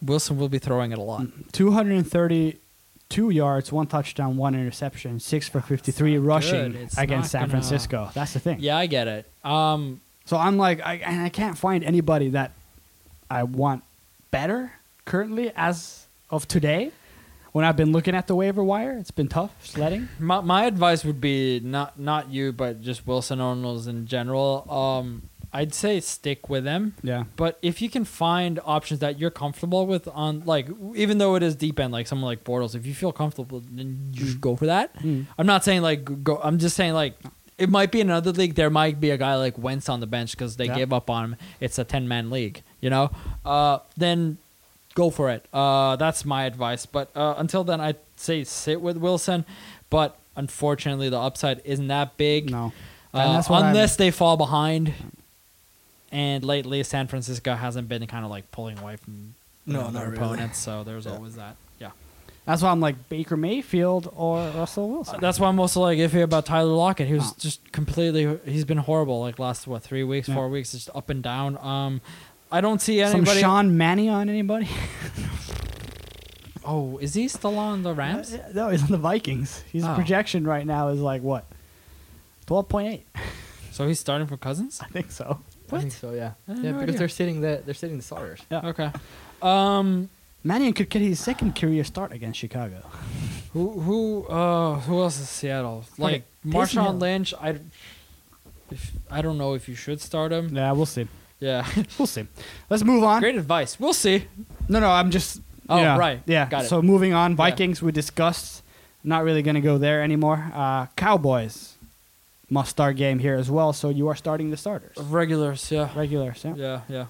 Wilson will be throwing it a lot. 232 yards, one touchdown, one interception, six for 53 not rushing good. It's not against San gonna- Francisco. That's the thing. Yeah, I get it. Um, So I'm like, I, and I can't find anybody that I want better currently as of today. When I've been looking at the waiver wire, it's been tough sledding. My, my advice would be not not you, but just Wilson Arnold's in general. Um, I'd say stick with them. Yeah. But if you can find options that you're comfortable with on like even though it is deep end like someone like Bortles, if you feel comfortable, then you should go for that. Mm. I'm not saying like go. I'm just saying like it might be in another league. There might be a guy like Wentz on the bench because they Yeah. gave up on him. It's a ten man league, you know. Uh, then go for it. Uh, that's my advice. But uh, until then, I'd say sit with Wilson. But unfortunately, the upside isn't that big. No. Uh, And that's what I'm- unless they fall behind. And lately, San Francisco hasn't been kind of like pulling away from No, you know, not their really. opponents. So there's Yeah. always that. Yeah. That's why I'm like Baker Mayfield or Russell Wilson. Uh, That's why I'm also like iffy about Tyler Lockett. He was Oh. just completely. He's been horrible. Like last what three weeks, Yeah. four weeks, just up and down. Um, I don't see Some anybody. Sean Manny on anybody? oh, is he still on the Rams? Uh, No, he's on the Vikings. His Oh. projection right now is like what? 12.8. So he's starting for Cousins. I think so. I think so. Yeah. I have Yeah, no because idea. they're sitting the they're sitting the starters. Yeah. Okay. Um, Mannion could get his second career start against Chicago. who who uh who else is Seattle? Like Taysom Hill. Marshawn Lynch. I. If, I don't know if you should start him. Yeah, we'll see. Yeah. We'll see. Let's move on. Great advice. We'll see. No, no, I'm just. Oh, yeah, right. Yeah. Got it. So moving on, Vikings we discussed. Not really going to go there anymore. Uh, Cowboys must start game here as well. So you are starting the starters, Regulars. Yeah. regulars. Yeah. Yeah. Yeah.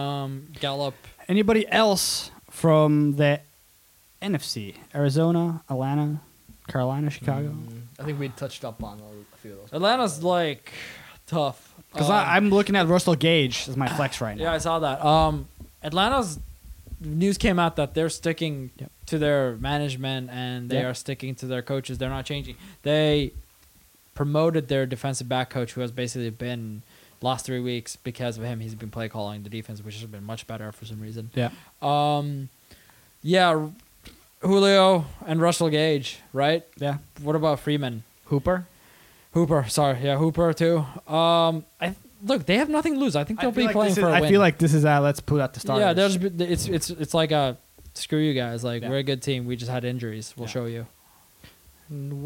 Um, Gallup. Anybody else from the NFC? Arizona, Atlanta, Carolina, Chicago. Mm, I think we touched up on a few of those. Atlanta's like tough. Because Um, I'm looking at Russell Gage as my flex right now. Yeah, I saw that. Um, Atlanta's news came out that they're sticking Yep. to their management and they Yep. are sticking to their coaches. They're not changing. They promoted their defensive back coach, who has basically been last three weeks because of him. He's been play calling the defense, which has been much better for some reason. Yeah. Um, yeah, Julio and Russell Gage, right? Yeah. What about Freeman? Hooper. Hooper, sorry, yeah, Hooper too. Um, I look, they have nothing to lose. I think I they'll feel be like playing this is- for a win. I feel like this is uh, let's put out the starters. yeah, there's it's it's it's like a screw you guys. Like Yeah. we're a good team. We just had injuries. We'll Yeah. show you.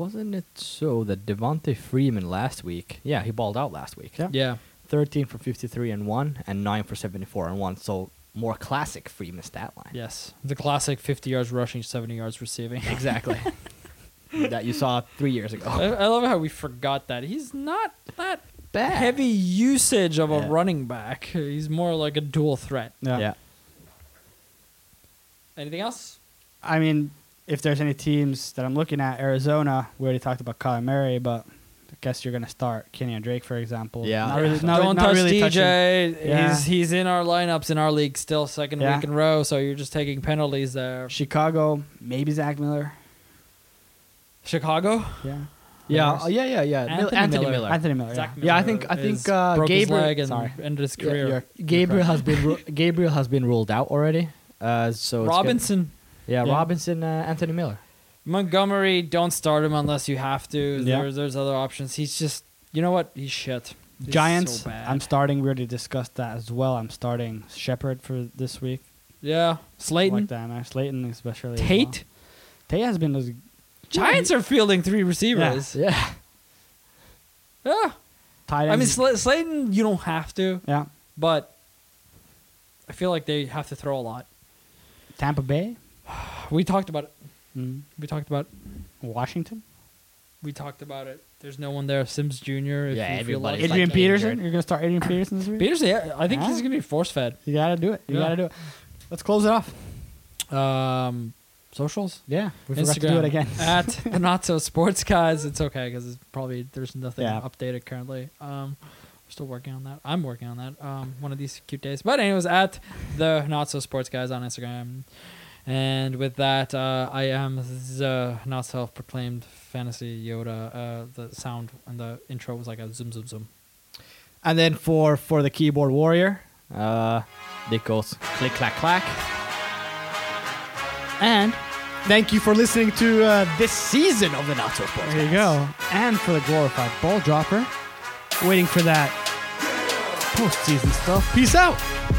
Wasn't it so that Devontae Freeman last week? Yeah, he balled out last week. Yeah. Yeah, 13 for 53 and 1 and 9 for 74 and 1. So more classic Freeman stat line. yes, the classic fifty yards rushing, seventy yards receiving. Exactly. that you saw 3 years I, ago. I love how we forgot that he's not that Bad. heavy usage of Yeah. a running back. He's more like a dual threat. Yeah. Yeah. Anything else? I mean, if there's any teams that I'm looking at, Arizona, we already talked about Kyler Murray, but I guess you're going to start Kenyon Drake, for example. Yeah. Not really, not, Don't not touch really touching- DJ. Yeah. He's he's in our lineups in our league still second Yeah. week in a row. So you're just taking penalties there. Chicago, maybe Zach Miller. Chicago. Yeah. Yeah, Miller. oh, yeah, yeah, yeah. Mil- Anthony Miller. Anthony Miller. Zach Oh, yeah. Miller Yeah, I think- I think, is- uh, broke his Gabriel- leg and sorry. ended his Yeah, career. you're- Gabriel has been ru- Gabriel has been ruled out already. Uh, so it's good. Robinson, yeah, yeah. Robinson, uh, Anthony Miller. Montgomery. Don't start him unless you have to. Yeah. There's there's other options. He's just you know what he's shit. He's Giants. so bad. I'm starting. We already discussed that as well. I'm starting Shepard for this week. yeah Slayton. Like that. and I- Slayton especially. as Tate. well. Tate has been. as- Giants are fielding three receivers. Yeah. Yeah, Tight I mean ends- Sl- Slayton. You don't have to, yeah. but I feel like they have to throw a lot. Tampa Bay. We talked about it. Mm. We talked about Washington. we talked about it. There's no one there. Sims Jr. Yeah, If you feel like everybody's it. like- Adrian getting Peterson. injured. You're gonna start Adrian Peterson this week. Peterson, yeah, I think he's Huh? gonna be force fed. you gotta do it. You Yeah. gotta do it. Let's close it off. Um, socials, Yeah, we forgot to do it again. at the not so sports guys. It's okay because it's probably there's nothing Yeah. updated currently. Um, we're still working on that. I'm working on that. Um, one of these cute days. But anyways, at the not so sports guys on Instagram. And with that, uh, I am the not self-proclaimed fantasy Yoda. Uh, the sound and the intro was like a zoom, zoom, zoom. and then for for the keyboard warrior, uh, it goes click clack clack. And thank you for listening to uh, this season of the Not So Sports. There you go. And for the glorified ball dropper, waiting for that postseason stuff. Peace out. Peace.